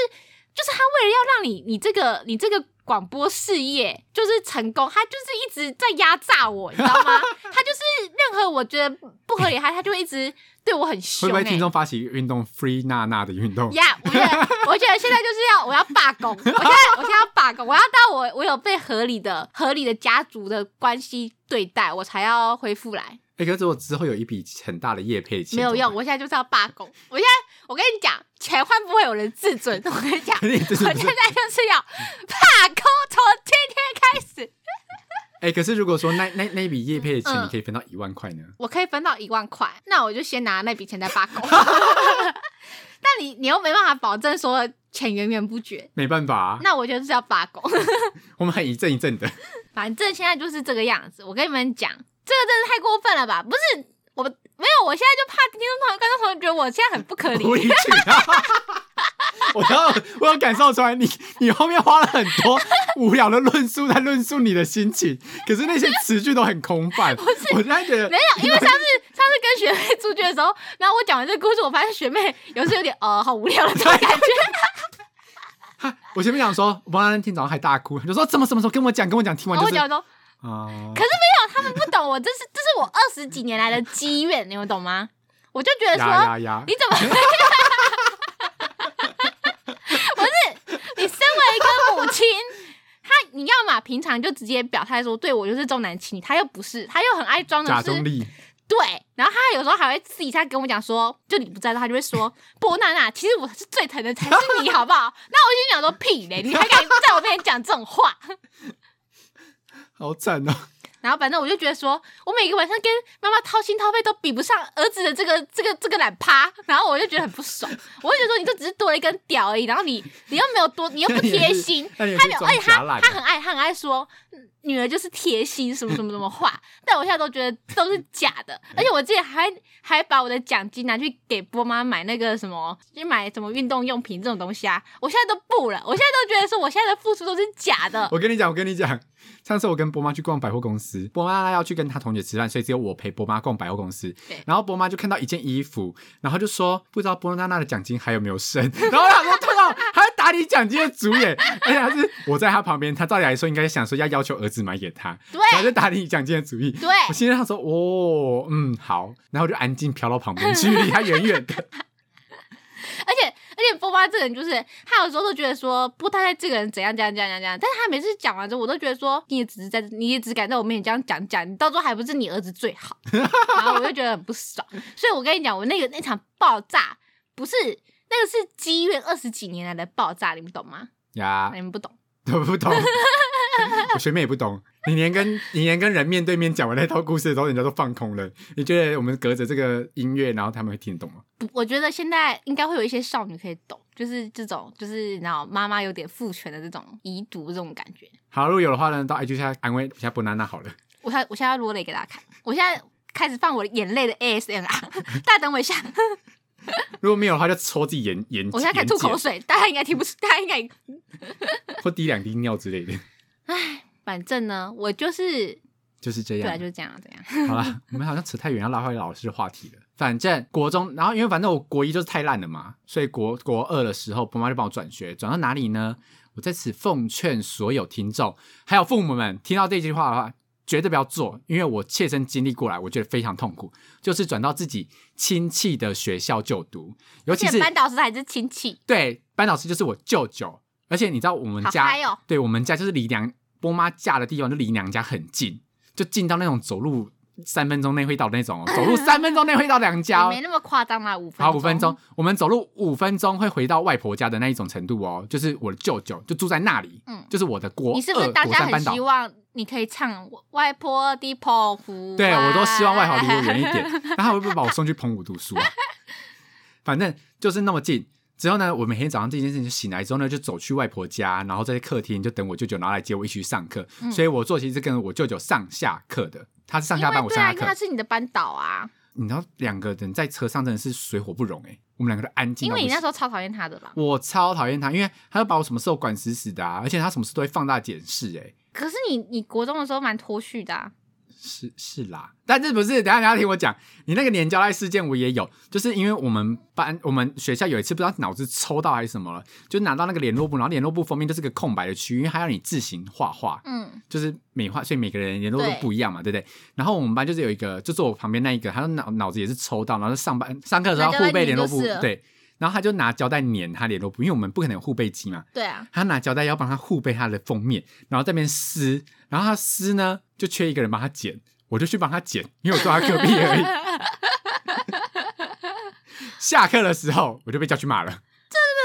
S1: 就是他为了要让你你这个你这个广播事业就是成功，他就是一直在压榨我，你知道吗？他就是任何我觉得不合理，他他就会一直对我很
S2: 会
S1: 凶、
S2: 不
S1: 欸，
S2: 会听众发起运动 free 娜娜的运 动？
S1: 呀我觉得，我觉得现在就是要我要罢工，我现在我现在要罢工，我要到我我有被合理的合理的家族的关系对待，我才要恢复来。
S2: 哎、可是我之后有一笔很大的业配钱，
S1: 没有用，
S2: 我
S1: 我现在就是要罢工。我现在，我跟你讲，钱换不回我的自尊。我跟你讲，
S2: 你这是
S1: 我
S2: 不
S1: 现在
S2: 是？
S1: 就是要罢工，从今天开始，
S2: 哎、可是如果说那那那一笔业配的钱，
S1: 嗯
S2: 你可以分到一万块呢？
S1: 我可以分到一万块，那我就先拿那笔钱再罢工。 但你你又没办法保证说钱源源不绝，
S2: 没办法、啊，
S1: 那我就是要罢工。
S2: 我们还一阵一阵的。
S1: 反正现在就是这个样子。我跟你们讲，这个真的太过分了吧？不是我没有，我现在就怕听众朋友、观众朋友觉得我现在很不可 理
S2: 无
S1: 喻。
S2: 理取闹。啊我要，我有感受出来，你你后面花了很多无聊的论述在论述你的心情，可是那些词句都很空泛。我现在觉得
S1: 没有，因为上次上次跟学妹出去的时候，然后我讲完这个故事，我发现学妹有时有点呃好无聊的这种感觉。
S2: 我前面讲说，王兰天早上还大哭，就说怎么什么时候跟我 讲，跟我讲，听完
S1: 然后
S2: 就
S1: 我
S2: 是
S1: 讲 说
S2: 啊，
S1: 他们不懂我，这是这是我二十几年来的积怨，你们懂吗？我就觉得说，
S2: 呀呀呀，
S1: 你怎么？不是，你身为一个母亲，她你要嘛平常就直接表态说，对我就是重男轻女，她又不是，她又很爱装的
S2: 假
S1: 是
S2: 中立，
S1: 对，然后她有时候还会私底下跟我讲说，就你不在的时候，她就会说，波娜娜，其实我是最疼的才是你，好不好？那我就想说屁嘞，你还敢在我面前讲这种话？
S2: 好惨哦！
S1: 然后反正我就觉得说，我每个晚上跟妈妈掏心掏肺都比不上儿子的这个这个这个懒趴，然后我就觉得很不爽。 我就觉得说，你就只是多了一根屌而已，然后你你又没有多，你又不贴
S2: 。
S1: 心
S2: 那你也
S1: 他
S2: 是
S1: 没有，
S2: 装
S1: 而且
S2: 假
S1: 他
S2: 懒
S1: 他很爱他很爱说嗯女儿就是贴心什么什么什么话，但我现在都觉得都是假的。而且我之前还还把我的奖金拿去给波妈买那个什么，去买什么运动用品这种东西啊，我现在都不了。我现在都觉得说，我现在的付出都是假的。
S2: 我跟你讲，我跟你讲，上次我跟波妈去逛百货公司，波妈要去跟她同学吃饭，所以只有我陪波妈逛百货公司
S1: 对。
S2: 然后波妈就看到一件衣服，然后就说不知道波娜娜的奖金还有没有剩。 然后她说对哦，还打理奖金的主演， 而且还是我在她旁边，她照理来说应该想说要要求儿子买给她，然后
S1: 对
S2: 就打理奖金的主意。
S1: 对，
S2: 我心里想说哦，嗯好，然后我就安静飘到旁边去，离她远远的。
S1: 而且而且波妈这个人就是，他有时候都觉得说不太太这个人怎样怎样怎样怎样怎样，但是他每次讲完之后，我都觉得说你也只是在，你也只敢在我面前这样讲讲，你到时候还不是你儿子最好， 然后我就觉得很不爽。所以我跟你讲，我那个那场爆炸不是那个是积怨二十几年来的爆炸，你们懂吗？
S2: 呀，
S1: 你们不懂。
S2: 我不懂，我学妹也不懂。你连跟你连跟人面对面讲完那套故事的时候，人家都放空了。你觉得我们隔着这个音乐，然后他们会听得懂吗？
S1: 不我觉得现在应该会有一些少女可以懂，就是这种，就是你知道妈妈有点父权的这种遗毒这种感觉。
S2: 好，如果有的话呢，到 IG 下安慰一下波娜娜好了。
S1: 我现在我现在要落泪给大家看，我现在开始放我的眼泪的 ASMR，大家 等我 一下，
S2: 如果没有的话，就戳自己眼眼，
S1: 我现在开始吐口水，大家应该听不出，大家应该，
S2: 眼睑或滴两滴尿之类的，
S1: 反正呢，我就是
S2: 就是这
S1: 对啊，
S2: 样
S1: 就。是这样这样，
S2: 好啦，我们好像扯太远，要拉回老师的话题了。反正国中，然后因为反正我国一就是太烂了嘛，所以国国二的时候，婆妈就帮我转学，转到哪里呢？我在此奉劝所有听众，还有父母们，听到这句话的话，绝对不要做，因为我切身经历过来，我觉得非常痛苦，就是转到自己亲戚的学校就读，尤
S1: 而
S2: 其
S1: 且
S2: 是
S1: 班导师还是亲戚，
S2: 对班老师就是我舅舅，而且你知道我们
S1: 好
S2: 家
S1: 嗨哦，
S2: 对我们家就是离娘波妈嫁的地方就离娘家很近，就近到那种走路三分钟内会到的那种、哦， 走路三分钟内会到娘家、
S1: 也
S2: 哦
S1: 没。那么夸张啦，五分
S2: 好，五分钟，我们走路五分钟会回到外婆家的那一种程度哦，就是我的舅舅就住在那里，
S1: 嗯
S2: 就是我的国
S1: 你是不是
S2: 二
S1: 大
S2: 国
S1: 家
S2: 三
S1: 很
S2: 班导
S1: 希，望你可以唱外婆的澎湖湾？啊
S2: 对我都希望外婆离我远一 点，那他会不会把我送去澎湖读书啊？ 反正就是那么近。之后呢，我每天早上这件事情就醒来之后呢，就走去外婆家，然后在客厅就等我舅舅，然后来接我一起去上课。
S1: 嗯
S2: 所以我作息是跟我舅舅上下课的，他是上
S1: 因
S2: 下
S1: 为
S2: 班，我
S1: 对
S2: 上
S1: 啊，
S2: 下
S1: 因为
S2: 课。
S1: 他是你的班导啊，
S2: 你知道两个人在车上真的是水火不容哎、我们两个都安静
S1: 因
S2: 到不
S1: 为
S2: 行。
S1: 你那时候超讨厌他的吧？
S2: 我超讨厌他，因为他就把我什么事都管死死的啊，而且他什么事都会放大检视哎、
S1: 可是你你国中的时候蛮脱序的啊，
S2: 是是啦，但这不是，等一下你要听我讲，你那个粘胶带事件我也有，就是因为我们班我们学校有一次不知道脑子抽到还是什么了，就拿到那个联络簿，然后联络簿封面就是个空白的区域，因为他要你自行画画，
S1: 嗯，
S2: 就是美化，所以每个人联络都
S1: 对
S2: 不一样嘛，对不对？然后我们班就是有一个，就坐我旁边那一个，他就脑脑子也是抽到，然后上班上课的时
S1: 拿
S2: 候要
S1: 胶带
S2: 互背联络
S1: 粘
S2: 簿
S1: 就是了，
S2: 对，然后他就拿胶带粘他联络簿，因为我们不可能有互背机嘛，
S1: 对啊，
S2: 他拿胶带要帮他护背他的封面，然后在那边撕，然后他撕呢就缺一个人帮他剪。我就去帮他捡，因为我抓他 Q 币而已。 下课的时候我就被叫去骂了。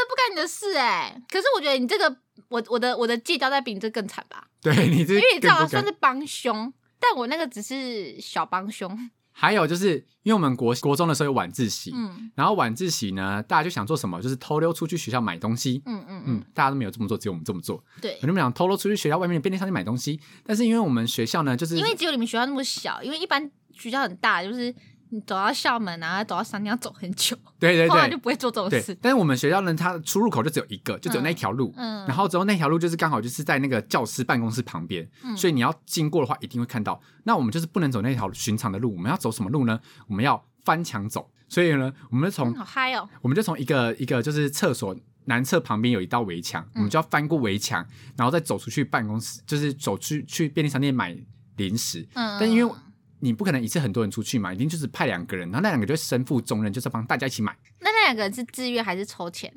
S1: 不干你的事哎、可是我觉得你这个，我我的我的戒交代比你这更惨吧，
S2: 对你这
S1: 因为你知
S2: 更
S1: 道
S2: 不
S1: 吗
S2: 敢
S1: 算是帮凶，但我那个只是小帮凶。
S2: 还有就是因为我们国国中的时候有晚自习，
S1: 嗯
S2: 然后晚自习呢，大家就想做什么，就是偷溜出去学校买东西。
S1: 嗯嗯
S2: 嗯
S1: 嗯，，
S2: 大家都没有这么做，只有我们这么做。
S1: 对
S2: 我，就想偷偷出去学校外面的便利商店买东西，但是因为我们学校呢，就是
S1: 因为只有你们学校那么小，因为一般学校很大，就是你走到校门啊，走到商店要走很久，
S2: 对对
S1: 后来
S2: 对
S1: 就不会做这种
S2: 对
S1: 事。，
S2: 但是我们学校呢，它的出入口就只有一个，就只有那一条路。
S1: 哦嗯，
S2: 然后之后那条路就是刚好就是在那个教师办公室旁边，
S1: 嗯
S2: 所以你要经过的话一定会看到。那我们就是不能走那条寻常的路，我们要走什么路呢？我们要翻墙走。所以呢，我们就从
S1: 嗯好嗨哦，
S2: 我们就从一个一个就是厕所男厕旁边有一道围墙，
S1: 嗯
S2: 我们就要翻过围墙，然后再走出去办公室，就是走去去便利商店买零食。
S1: 嗯，
S2: 但因为你不可能一次很多人出去嘛，一定就是派两个人，然后那两个就会身负重任，就是帮大家一起买，
S1: 那那两个人是自愿还是抽签？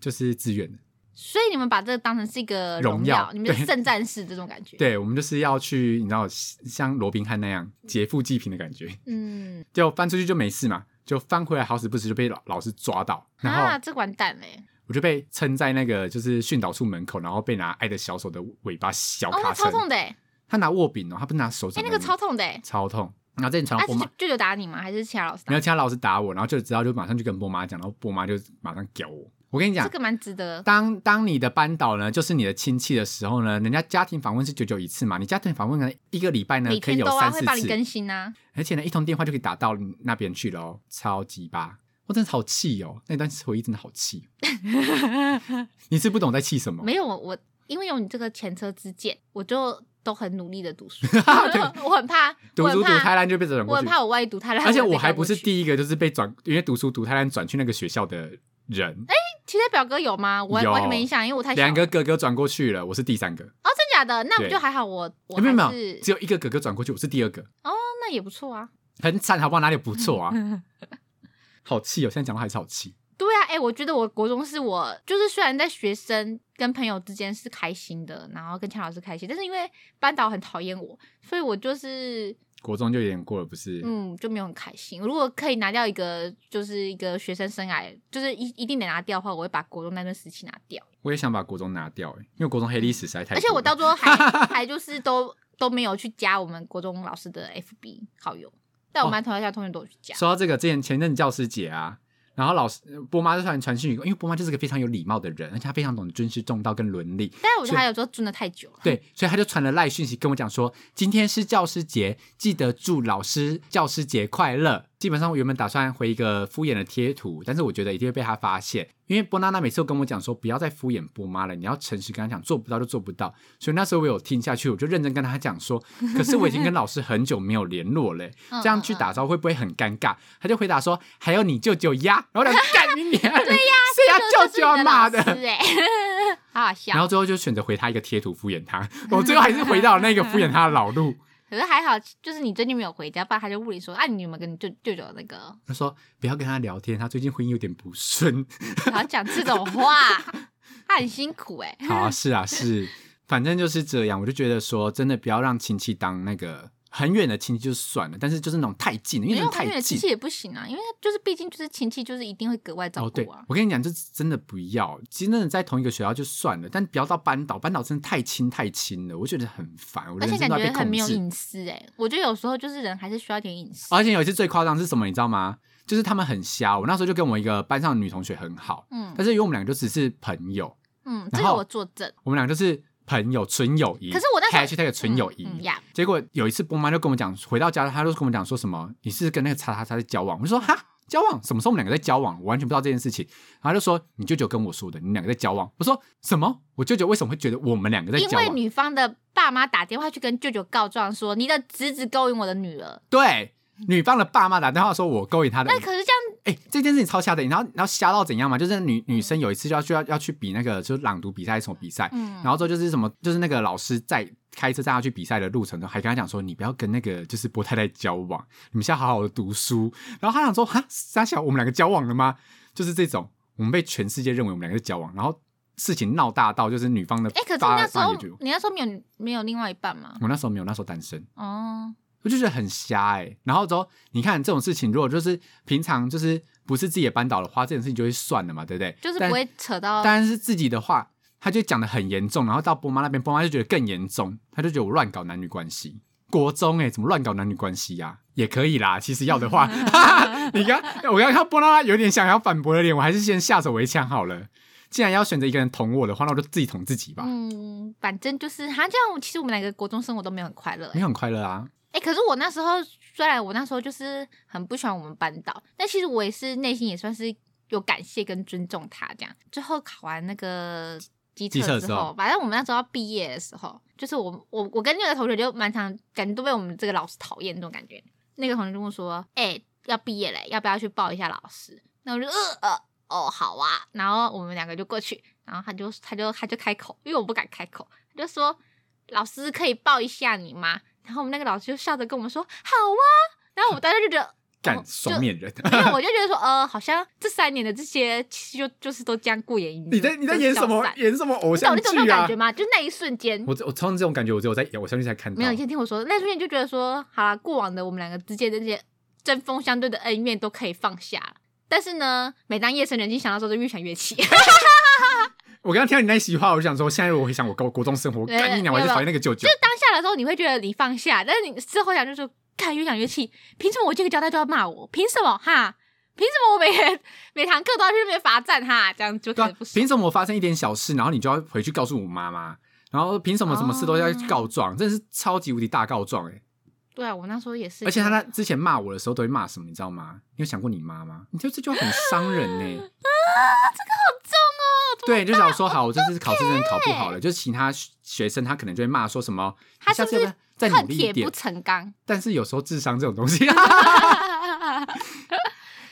S2: 就是自愿的。
S1: 所以你们把这个当成是一个
S2: 荣
S1: 荣
S2: 耀
S1: 耀，你们
S2: 对
S1: 是圣战士这种感觉。，
S2: 对，我们就是要去，你知道，像罗宾汉那样劫富济贫的感觉，
S1: 嗯，
S2: 就翻出去就没事嘛，就翻回来好死不死就被老老师抓到，然
S1: 啊，
S2: 后
S1: 这完蛋嘞！
S2: 我就被撑在那个就是训导处门口，然后被拿爱的小手的尾巴小
S1: 哦，
S2: 卡
S1: 那
S2: 撑
S1: 超。痛的欸，
S2: 他拿握柄哦，他不是拿手
S1: 哎、
S2: 掌而已，
S1: 那个超痛的欸，
S2: 超痛。然后之前传
S1: 啊，
S2: 到波
S1: 是
S2: 妈，
S1: 舅舅打你吗？还是其他老师打
S2: 没有其他老师打我，然后就知道就马上就跟波妈讲，然后波妈就马上屌我。我跟你讲
S1: 这，个蛮值得。
S2: 当当你的班导呢，就是你的亲戚的时候呢，人家家庭访问是久久一次嘛，你家庭访问呢一个礼拜呢
S1: 每
S2: 可以
S1: 天
S2: 有
S1: 都啊
S2: 三
S1: 会
S2: 四
S1: 帮你
S2: 次，
S1: 更新啊，
S2: 而且呢一通电话就可以打到你那边去了哦，超级吧！我真的好气哦，那段回忆真的好 气。你是不懂在气什么？
S1: 没有我我因为有你这个前车之鉴，我就都很努力的读书
S2: 对，
S1: 我很怕，
S2: 读
S1: 我很
S2: 书读太
S1: 怕，
S2: 烂就被转
S1: 我
S2: 过
S1: 很
S2: 去，
S1: 怕我万一读太烂，
S2: 而且
S1: 我
S2: 我
S1: 被
S2: 还
S1: 赶
S2: 不
S1: 过
S2: 是
S1: 去。
S2: 第一个就是被转，因为读书读太烂转去那个学校的人。
S1: 其他表哥有吗？我
S2: 有
S1: 完全没印象，因为我太小
S2: 两个哥哥转过去了，我是第三个。
S1: 哦，真假的？那
S2: 对
S1: 不就还好我，我
S2: 欸没有没
S1: 还
S2: 有，
S1: 是
S2: 只有一个哥哥转过去，我是第二个，
S1: 哦，那也不错 啊。
S2: 很惨，好不好？哪里不错 啊？
S1: 嗯
S2: 好气哦！现在讲话还是好气。
S1: 对啊，哎、我觉得我国中是我就是虽然在学生跟朋友之间是开心的，然后跟钱老师开心，但是因为班导很讨厌我，所以我就是
S2: 国中就有点过了，不是？
S1: 嗯就没有很开心。如果可以拿掉一个就是一个学生生涯，就是一一定得拿掉的话，我会把国中那段时期拿掉，
S2: 我也想把国中拿掉、欸，因为国中黑历史实在太多了……
S1: 而且我到最后 还还就是都都没有去加我们国中老师的 FB 好友，但
S2: 哦
S1: 我们班同学校同学都有去加。
S2: 说到这个，之前前任教师节啊，然后老师呃波妈就突然传讯息，因为波妈就是个非常有礼貌的人，而且她非常懂尊师重道跟伦理，
S1: 但是我觉得他有时候真的太久了，
S2: 对，所以她就传了赖讯息跟我讲说，今天是教师节，记得祝老师教师节快乐。基本上我原本打算回一个敷衍的贴图，但是我觉得一定会被她发现，因为波娜娜每次都跟我讲说，不要再敷衍波妈了，你要诚实跟她讲，做不到就做不到。所以那时候我有听下去，我就认真跟她讲说，可是我已经跟老师很久没有联络欸嘞、
S1: 嗯
S2: 这样去打招呼会不会很尴尬？他就回答说：“还有你舅舅呀。”然后我俩干你娘！对呀，谁要舅舅啊骂
S1: 的，
S2: 的？
S1: 哎， 好好笑
S2: 然。后最后就选择回他一个贴图敷衍他，我最后还是回到那个敷衍他的老路。
S1: 可是还好，就是你最近没有回家，不然他就问你说：“啊，你有没有跟你舅舅舅那 个
S2: 他说不要跟他聊天，他最近婚姻有点不顺。？”
S1: 然后讲这种话，他很辛苦 哎、
S2: 好、啊，是啊，是，反正就是这样。我就觉得说，真的不要让亲戚当那个很远的亲戚就算了，但是就是那种太近的，因
S1: 因
S2: 为
S1: 为
S2: 那种
S1: 很远
S2: 太
S1: 的亲
S2: 近
S1: 戚。也不行啊，因为就是毕竟就是亲戚，就是一定会格外照
S2: 哦，对
S1: 顾啊。，
S2: 我跟你讲，这真的不要，真的在同一个学校就算了，但不要到班导，班导真的太亲太亲了，我觉得很烦，我
S1: 而
S2: 人
S1: 且
S2: 生
S1: 感
S2: 都在
S1: 觉
S2: 被
S1: 很
S2: 控
S1: 没有
S2: 制。
S1: 隐私哎、我觉得有时候就是人还是需要一点隐私。
S2: 而且有一次最夸张是什么，你知道吗？就是他们很瞎，我那时候就跟我一个班上的女同学很好，
S1: 嗯
S2: 但是因为我们两个就只是朋友，
S1: 嗯，这
S2: 然
S1: 个
S2: 后
S1: 我作证。
S2: 我们俩就是朋友，纯友谊。
S1: 可是我那时候
S2: 还去那个纯友谊。
S1: 嗯嗯呀，
S2: 结果有一次波妈就跟我讲，回到家她就跟我讲说什么，你是跟那个叉叉叉在交往？我就说哈，交往？什么时候我们两个在交往？我完全不知道这件事情。然后她就说你舅舅跟我说的，你们两个在交往。我说什么？我舅舅为什么会觉得我们两个在
S1: 因
S2: 交
S1: 为
S2: 往？
S1: 女方的爸妈打电话去跟舅舅告状说，你的侄子勾引我的女儿。
S2: 对，女方的爸妈打电话说我勾引他的
S1: 那可是这样，
S2: 哎、这件事情超瞎的，然后然后瞎到怎样嘛？就是女女生有一次就要去要要去比那个就是朗读比赛还是什么比赛，
S1: 嗯，
S2: 然后之后就是什么就是那个老师在开车带她去比赛的路程中，还跟她讲说你不要跟那个就是波太太交往，你们现在好好的读书。然后她想说哈，傻小，我们两个交往了吗？就是这种，我们被全世界认为我们两个是交往，然后事情闹大到就是女方的
S1: 哎、可是你
S2: 爸
S1: 那时
S2: 爸
S1: 候
S2: 也觉得
S1: 你那时候没有没有另外一半吗？
S2: 我那时候没有，那时候单身。
S1: 哦，
S2: 我就觉得 很瞎哎、然后之后你看这种事情，如果就是平常就是不是自己的班导的话，这种事情就会算了嘛，对不对？
S1: 就是
S2: 但
S1: 不会扯到
S2: 当然是自己的话，他就讲的很严重，然后到波妈那边，波妈就觉得更严重，他就觉得我乱搞男女关系。国中哎、怎么乱搞男女关系呀、也可以啦，其实要的话， 哈哈你刚我刚刚看波妈有点想要反驳的脸，我还是先下手为强好了。既然要选择一个人捅我的话，那我就自己捅自己吧。
S1: 嗯，反正就是他这样。其实我们两个国中生活都没有很快乐、欸
S2: 你。很快乐啊，
S1: 哎、可是我那时候虽然我那时候就是很不喜欢我们班导，但其实我也是内心也算是有感谢跟尊重他这样。最后考完那个机
S2: 机测
S1: 测之
S2: 之后
S1: 后，反正我们那时候要毕业的时候，就是我我我跟那个同学就蛮常感觉都被我们这个老师讨厌那种感觉。那个同学就跟我说：“哎、要毕业嘞、要不要去抱一下老师？”那我就呃呃哦好啊，然后我们两个就过去，然后他就他就他就开口，因为我不敢开口，他就说：“老师可以抱一下你吗？”然后我们那个老师就笑着跟我们说：“好啊。”然后我们大家就觉 得，
S2: 干
S1: 哦就
S2: 双面人。
S1: 因为我就觉得说，呃，好像这三年的这些其实就就是都这样过眼云烟。
S2: 你在你在演什么
S1: 就是消散
S2: 演什么偶
S1: 你懂
S2: 像
S1: 你懂那种
S2: 剧啊
S1: 感觉？吗？就那一瞬间，
S2: 我只我通常这种感觉，我只有在偶像剧才看到。
S1: 没有，你先听我说，那一瞬间就觉得说，好啦，过往的我们两个之间的这些针锋相对的恩怨都可以放下了。但是呢，每当夜深人静想到之后，就越想越气。
S2: 我刚刚听到你那一席话，我就想说，现在我回想我高国中生活，
S1: 对
S2: 干你娘，我还是讨厌那个舅
S1: 就。
S2: 舅
S1: 当下的时候，你会觉得你放下，但是你事后想就说，看越想越气，凭什么我这个交代就要骂我？凭什么哈？凭什么我每天每堂课都要去那边罚站哈？这样就
S2: 对
S1: 可
S2: 啊
S1: 能不，行。
S2: 凭什么我发生一点小事，然后你就要回去告诉我妈妈？然后凭什么什么事都要去告
S1: 嗯
S2: 状？真的是超级无敌大告状哎、
S1: 对啊，我那时候也是。
S2: 而且他在之前骂我的时候都会骂什么，你知道吗？你有想过你妈吗？你就这句话很伤人 呢、
S1: 啊哦
S2: 对，就想说好，我这次考试真的考不好 了。就是其他学生他可能就会骂说什么，
S1: 他
S2: 你下次
S1: 是不
S2: 要
S1: 是
S2: 要再
S1: 恨
S2: 努力一
S1: 铁
S2: 点
S1: 不？成钢。
S2: 但是有时候智商这种东西，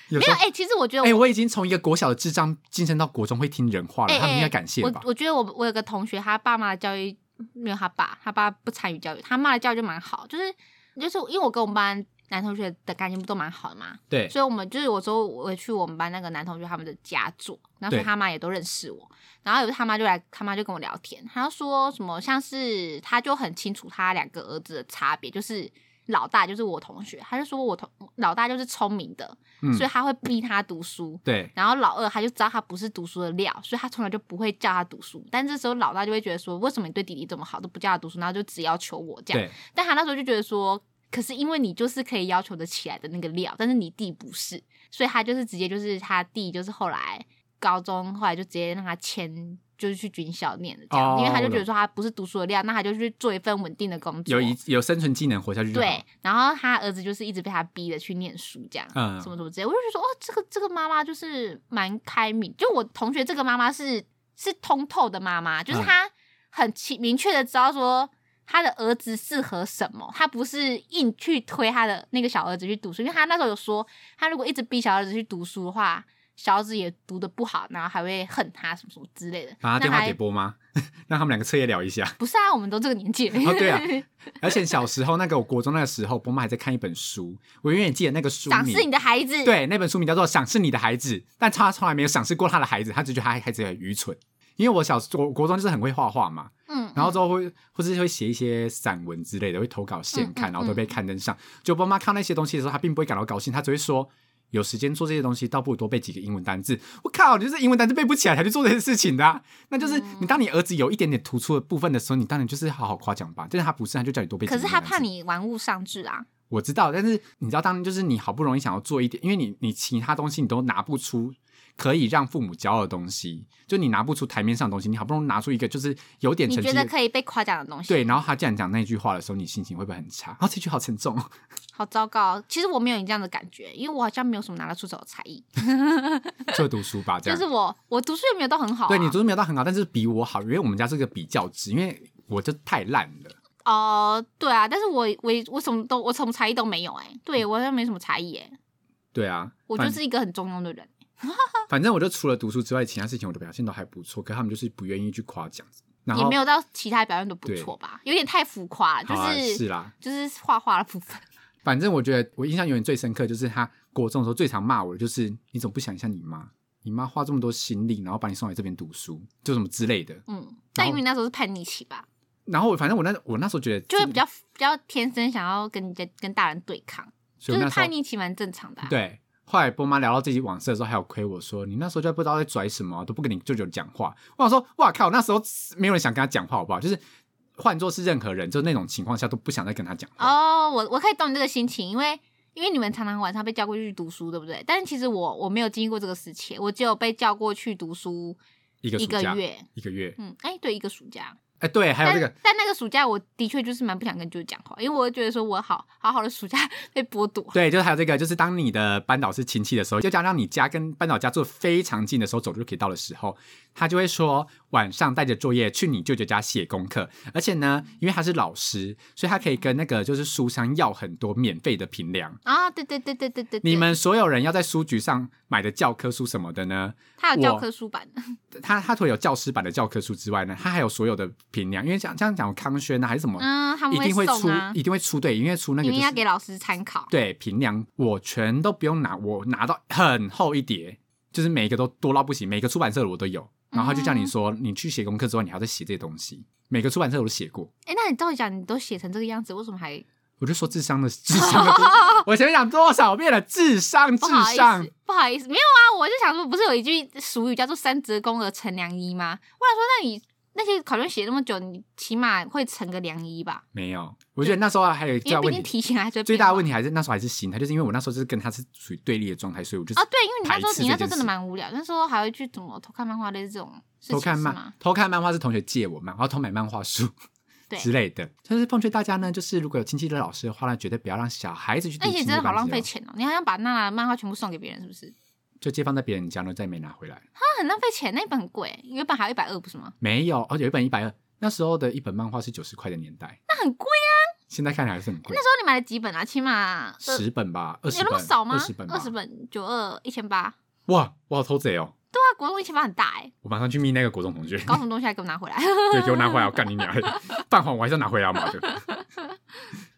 S2: 有
S1: 没
S2: 时
S1: 有
S2: 候
S1: 哎、其实我觉得
S2: 哎、
S1: 我
S2: 我已经从一个国小的智障晋升到国中会听人话了，
S1: 哎
S2: 他们应该
S1: 哎
S2: 感谢
S1: 我
S2: 吧？
S1: 我觉得我我有个同学，他爸妈的教育没有他爸，他爸不参与教育，他妈的教育就蛮好，就是就是因为我跟我们班男同学的感情不都蛮好的嘛，
S2: 对，
S1: 所以我们就是有时候我去我们班那个男同学他们的家做，然后所以
S2: 对
S1: 他妈也都认识我，然后有一次他妈就来，他妈就跟我聊天，他就说什么像是他就很清楚他两个儿子的差别，就是老大就是我同学，他就说我同老大就是聪明的，
S2: 嗯
S1: 所以他会逼他读书，
S2: 对，
S1: 然后老二他就知道他不是读书的料，所以他从来就不会叫他读书。但这时候老大就会觉得说，为什么你对弟弟这么好都不叫他读书，然后就只要求我这样。
S2: 对，
S1: 但他那时候就觉得说，可是因为你就是可以要求得起来的那个料，但是你弟不是，所以他就是直接就是他弟就是后来高中后来就直接让他签。就是去军校念的这样，
S2: 哦
S1: 因为他就
S2: 我
S1: 觉得
S2: 懂
S1: 说他不是读书的料，那他就去做一份稳定的工作，
S2: 有一有生存技能活下去就好
S1: 对。，然后他儿子就是一直被他逼着去念书，这样，
S2: 嗯
S1: 什么什么之类，我就觉得说，哦，这个这个妈妈就是蛮开明，就我同学这个妈妈是是通透的妈妈，就是
S2: 嗯
S1: 她很清明确的知道说她的儿子适合什么，她不是硬去推她的那个小儿子去读书，因为她那时候有说，她如果一直逼小儿子去读书的话。小儿子也读的不好，然后还会恨他什么什么之类的。
S2: 把他
S1: 那
S2: 啊电话
S1: 还
S2: 给波妈， 让他们两个彻夜聊一下。
S1: 不是啊，我们都这个年纪了。
S2: 哦对啊而且小时候那个，我国中那个时候，波妈还在看一本书，我永远记得那个书
S1: 赏识你
S2: 名。
S1: 的孩子。
S2: 对，那本书名叫做《赏识你的孩子》，但他从来没有赏识过他的孩子，他只觉得他孩子很愚蠢。因为我小国国中就是很会画画嘛，
S1: 嗯，
S2: 然后之后会或是会写一些散文之类的，会投稿现
S1: 嗯
S2: 刊，
S1: 嗯
S2: 然后都被刊登上。就爸妈看那些东西的时候，他并不会感到高兴，他只会说。有时间做这些东西，倒不如多背几个英文单字。我靠，你就是英文单字背不起来才去做这些事情的啊、那就是
S1: 嗯
S2: 你当你儿子有一点点突出的部分的时候，你当然就是好好夸奖吧。但是他不是，他就叫你多背几
S1: 可
S2: 个英
S1: 是
S2: 文
S1: 他
S2: 单字。
S1: 怕你玩物丧志啊。
S2: 我知道，但是你知道，当就是你好不容易想要做一点，因为你你其他东西你都拿不出可以让父母骄傲的东西，就你拿不出台面上的东西，你好不容易拿出一个就是有点
S1: 你
S2: 成绩
S1: 觉
S2: 的
S1: 得可以被夸奖的东西，
S2: 对，，然后他这样讲那句话的时候，你心情会不会很差？啊，这句好沉重哦。
S1: 好糟糕哦。其实我没有你这样的感觉，因为我好像没有什么拿得出手的才艺，
S2: 就读书吧，这
S1: 就
S2: 样。
S1: 是我我读书也没有到很好啊、
S2: 对你读书没有到很好，但是比我好，因为我们家是个比较制，因为我就太烂了。
S1: 哦、对啊，但是我我我什么都我什么才艺都没有哎、
S2: 嗯
S1: 对我好像没什么才艺哎、
S2: 对啊，
S1: 我就
S2: 反
S1: 是一个很中庸的人。
S2: 反正我就除了读书之外，其他事情我的表现都还不错，可他们就是不愿意去夸奖。然后
S1: 也没有到其他表现都不错吧，有点太浮夸了，就
S2: 好啊
S1: 是、
S2: 是啦，
S1: 就是画画的部分。
S2: 反正我觉得我印象永远最深刻就是他国中的时候最常骂我的就是你怎么不想一下你妈？你妈花这么多心力，然后把你送来这边读书，就什么之类的。
S1: 嗯，但因为你那时候是叛逆期吧，
S2: 然后我反正我那我那时候觉得
S1: 就会
S2: 这
S1: 比较比较天生想要跟人家跟大人对抗，
S2: 所
S1: 就
S2: 以我
S1: 是
S2: 那时候
S1: 叛逆期蛮正常的、啊。，
S2: 对。后来波妈聊到自己往事的时候，还有亏我说你那时候就不知道在拽什么，啊都不跟你舅舅讲话。我想说，哇靠，那时候没有人想跟他讲话，好不好？就是换做是任何人，就那种情况下都不想再跟他讲话。
S1: 哦、我我可以懂你这个心情，因为因为你们常常晚上被叫过去读书，对不对？但是其实我我没有经历过这个时期，我只有被叫过去读书
S2: 一个
S1: 一
S2: 暑
S1: 个
S2: 假，
S1: 月，
S2: 一个月，
S1: 嗯，哎、对，一个暑假。
S2: 哎，对，还有这个
S1: 但但那个暑假，我的确就是蛮不想跟舅舅讲话，因为我觉得说我好好好的暑假 被剥夺。
S2: 对，就是还有这个，就是当你的班导是亲戚的时候，就加上你家跟班导家住得非常近的时候，走路就可以到的时候，他就会说晚上带着作业去你舅舅家写功课，而且呢，因为他是老师，所以他可以跟那个就是书商要很多免费的评量。
S1: 啊，对对对对对对，对
S2: 你们所有人要在书局上买的教科书什么的呢？
S1: 他有教
S2: 我
S1: 科书版的，
S2: 他他除了有教师版的教科书之外呢，他还有所有的评量，因为像这样讲康轩啊还是什么，
S1: 嗯，他们
S2: 一定会出
S1: 送啊，
S2: 一定会出对，因为出那个
S1: 因
S2: 就
S1: 为
S2: 是
S1: 要给老师参考。
S2: 对，平量我全都不用拿，我拿到很厚一叠，就是每一个都多到不行，每个出版社的我都有。然后他就
S1: 嗯
S2: 叫你说，你去写功课之后，你还要再写这些东西。每个出版社我都写过，
S1: 哎，那你照理讲，你都写成这个样子，为什么还
S2: 我就说智商的 智商 的，我前面讲多少遍了，智商
S1: 不
S2: 智
S1: 好意
S2: 商
S1: 思，，不好意思，没有啊，我就想说，不是有一句俗语叫做“三折肱而成良医”吗？我想说，那你那些考卷写那么久，你起码会成个良医吧？
S2: 没有。我觉得那时候还有一
S1: 因
S2: 大
S1: 为
S2: 问
S1: 毕竟
S2: 题，
S1: 题型还是会
S2: 最大的
S1: 变
S2: 问
S1: 嘛
S2: 题还是那时候还是心态，就是因为我那时候就是跟他是属于对立的状态，所以我就
S1: 啊，对，因为你那时
S2: 排
S1: 候
S2: 斥
S1: 你那
S2: 这
S1: 时候
S2: 件
S1: 真的
S2: 事
S1: 蛮无聊，那时候还会去怎么偷看漫画类似这种事情
S2: 偷看
S1: 是
S2: 漫
S1: 吗？
S2: 偷看漫画是同学借我漫，然后偷买漫画书
S1: 对
S2: 之类的。就是奉劝大家呢，就是如果有亲戚的老师的话呢，绝对不要让小孩子去读
S1: 而
S2: 亲
S1: 且
S2: 戚
S1: 真的
S2: 班
S1: 好浪
S2: 级
S1: 费
S2: 哦，
S1: 钱哦！你好像把娜娜的漫画全部送给别人，是不是？
S2: 就借放在别人家呢，再也没拿回来。
S1: 那很浪费钱，那一本很贵，原本还要一百二，不是吗？
S2: 没有，哦，有一本一百二，那时候的一本漫画是九十块的年代，
S1: 那很贵啊！
S2: 现在看来还是很贵
S1: 那，时候你买了几本啊？起码呃
S2: 十本吧，二十
S1: 有
S2: 本，
S1: 那么少吗
S2: 二十？本，
S1: 二十。本，九二一千八，
S2: 哇，我好偷贼哦！
S1: 对啊，国中一千八很大哎、
S2: 我马上去密那个国中同学，
S1: 搞什么东西还给我拿回来？
S2: 对，给我拿回来，我干你 娘！半还我还是要拿回来嘛的，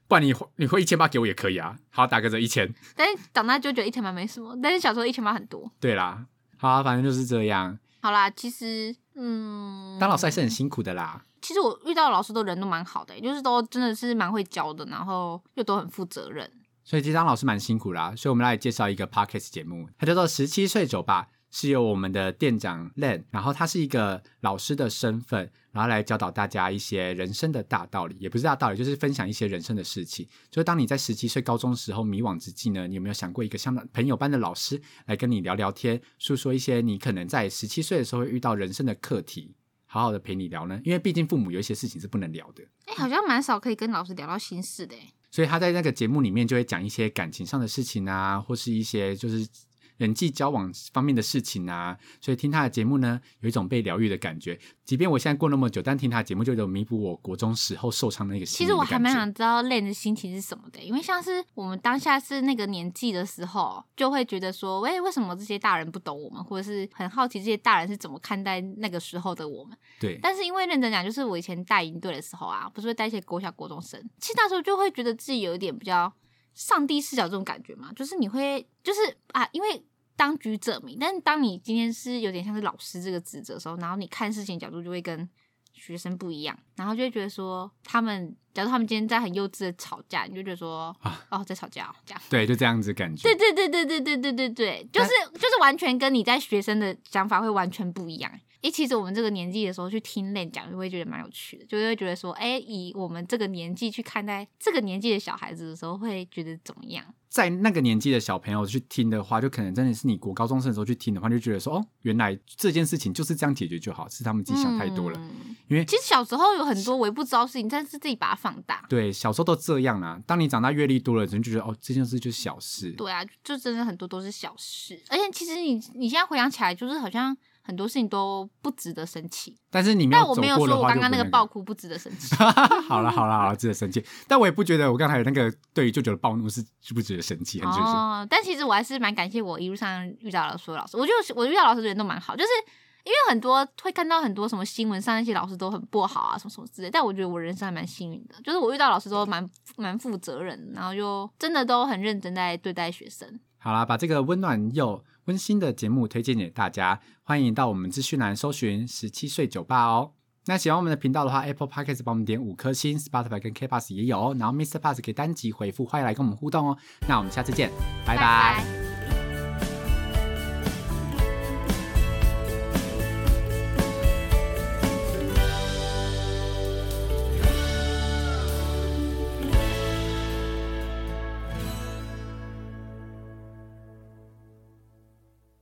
S2: 不然你你会一千八给我也可以啊。好，打个折一千。
S1: 但是长大就觉得一千八没什么，但是小时候一千八很多。
S2: 对啦，好、啊，反正就是这样。
S1: 好啦，其实嗯，
S2: 当老师还是很辛苦的啦。
S1: 其实我遇到的老师都人都蛮好的、欸就是都真的是蛮会教的，然后又都很负责任。
S2: 所以其实当老师蛮辛苦啦，所以我们来介绍一个 podcast 节目，它叫做《十七岁酒吧》，是由我们的店长 Len，然后他是一个老师的身份，然后来教导大家一些人生的大道理，也不是大道理，就是分享一些人生的事情。就是当你在十七岁高中时候迷惘之际呢，你有没有想过一个像朋友般的老师来跟你聊聊天，诉说一些你可能在十七岁的时候会遇到人生的课题，好好的陪你聊呢？因为毕竟父母有一些事情是不能聊的。
S1: 哎、好像蛮少可以跟老师聊到心事的、欸。
S2: 所以他在那个节目里面就会讲一些感情上的事情啊，或是一些就是人际交往方面的事情啊。所以听他的节目呢，有一种被疗愈的感觉。即便我现在过那么久，但听他的节目就有弥补我国中时候受伤的那个
S1: 其
S2: 心
S1: 实
S2: 灵
S1: 我
S2: 的
S1: 还
S2: 感
S1: 蛮
S2: 觉。
S1: 想知道 l 的心情是什么的、欸因为像是我们当下是那个年纪的时候，就会觉得说，喂、为什么这些大人不懂我们，或者是很好奇这些大人是怎么看待那个时候的我们。
S2: 对，
S1: 但是因为认真讲，就是我以前带营队的时候啊，不是会带一些国小国中生，其实那时候就会觉得自己有一点比较上帝视角这种感觉嘛，就是你会就是啊，因为当局者迷，但是当你今天是有点像是老师这个职责的时候，然后你看事情角度就会跟学生不一样，然后就会觉得说他们，假如他们今天在很幼稚的吵架，你就觉得说
S2: 啊
S1: 哦在吵架、哦、这样。
S2: 对，就这样子感觉
S1: 对。对对对对对对对对，就是就是完全跟你在学生的想法会完全不一样。诶，其实我们这个年纪的时候去听练讲，就会觉得蛮有趣的，就会觉得说，诶，以我们这个年纪去看待这个年纪的小孩子的时候，会觉得怎么样？
S2: 在那个年纪的小朋友去听的话，就可能真的是你国高中生的时候去听的话，就觉得说哦，原来这件事情就是这样解决就好，是他们自己想太多了。
S1: 嗯
S2: 因为
S1: 其实小时候有很多微不知道的事情，但是自己把它放大，
S2: 对，小时候都这样啦、啊当你长大阅历多了，你就觉得哦，这件事就是小事。
S1: 对啊，就真的很多都是小事。而且其实你你现在回想起来，就是好像很多事情都不值得生气。
S2: 但是你没
S1: 但
S2: 有
S1: 我
S2: 走
S1: 没有
S2: 过的
S1: 说
S2: 话，
S1: 我刚刚
S2: 就
S1: 那个
S2: 不那个
S1: 爆哭不值得生气。
S2: 好了好了好了，值得生气。但我也不觉得我刚才那个对于舅舅的暴怒是不值得生气，很值得生气。
S1: 哦，但其实我还是蛮感谢我一路上遇到的所有老师，我觉得我遇到老师人都蛮好，就是因为很多会看到很多什么新闻上那些老师都很不好啊，什么什么之类。但我觉得我人生还蛮幸运的，就是我遇到老师都蛮蛮负责任，然后就真的都很认真在对待学生。
S2: 好啦，把这个温暖又温馨的节目推荐给大家，欢迎到我们资讯栏搜寻“十七岁酒吧”哦。那喜欢我们的频道的话，Apple Podcast 帮我们点五颗星，Spotify 跟 K Pass 也有哦，然后 Mr. Pass 可以单集回复，欢迎来跟我们互动哦。那我们下次见，拜拜
S1: 拜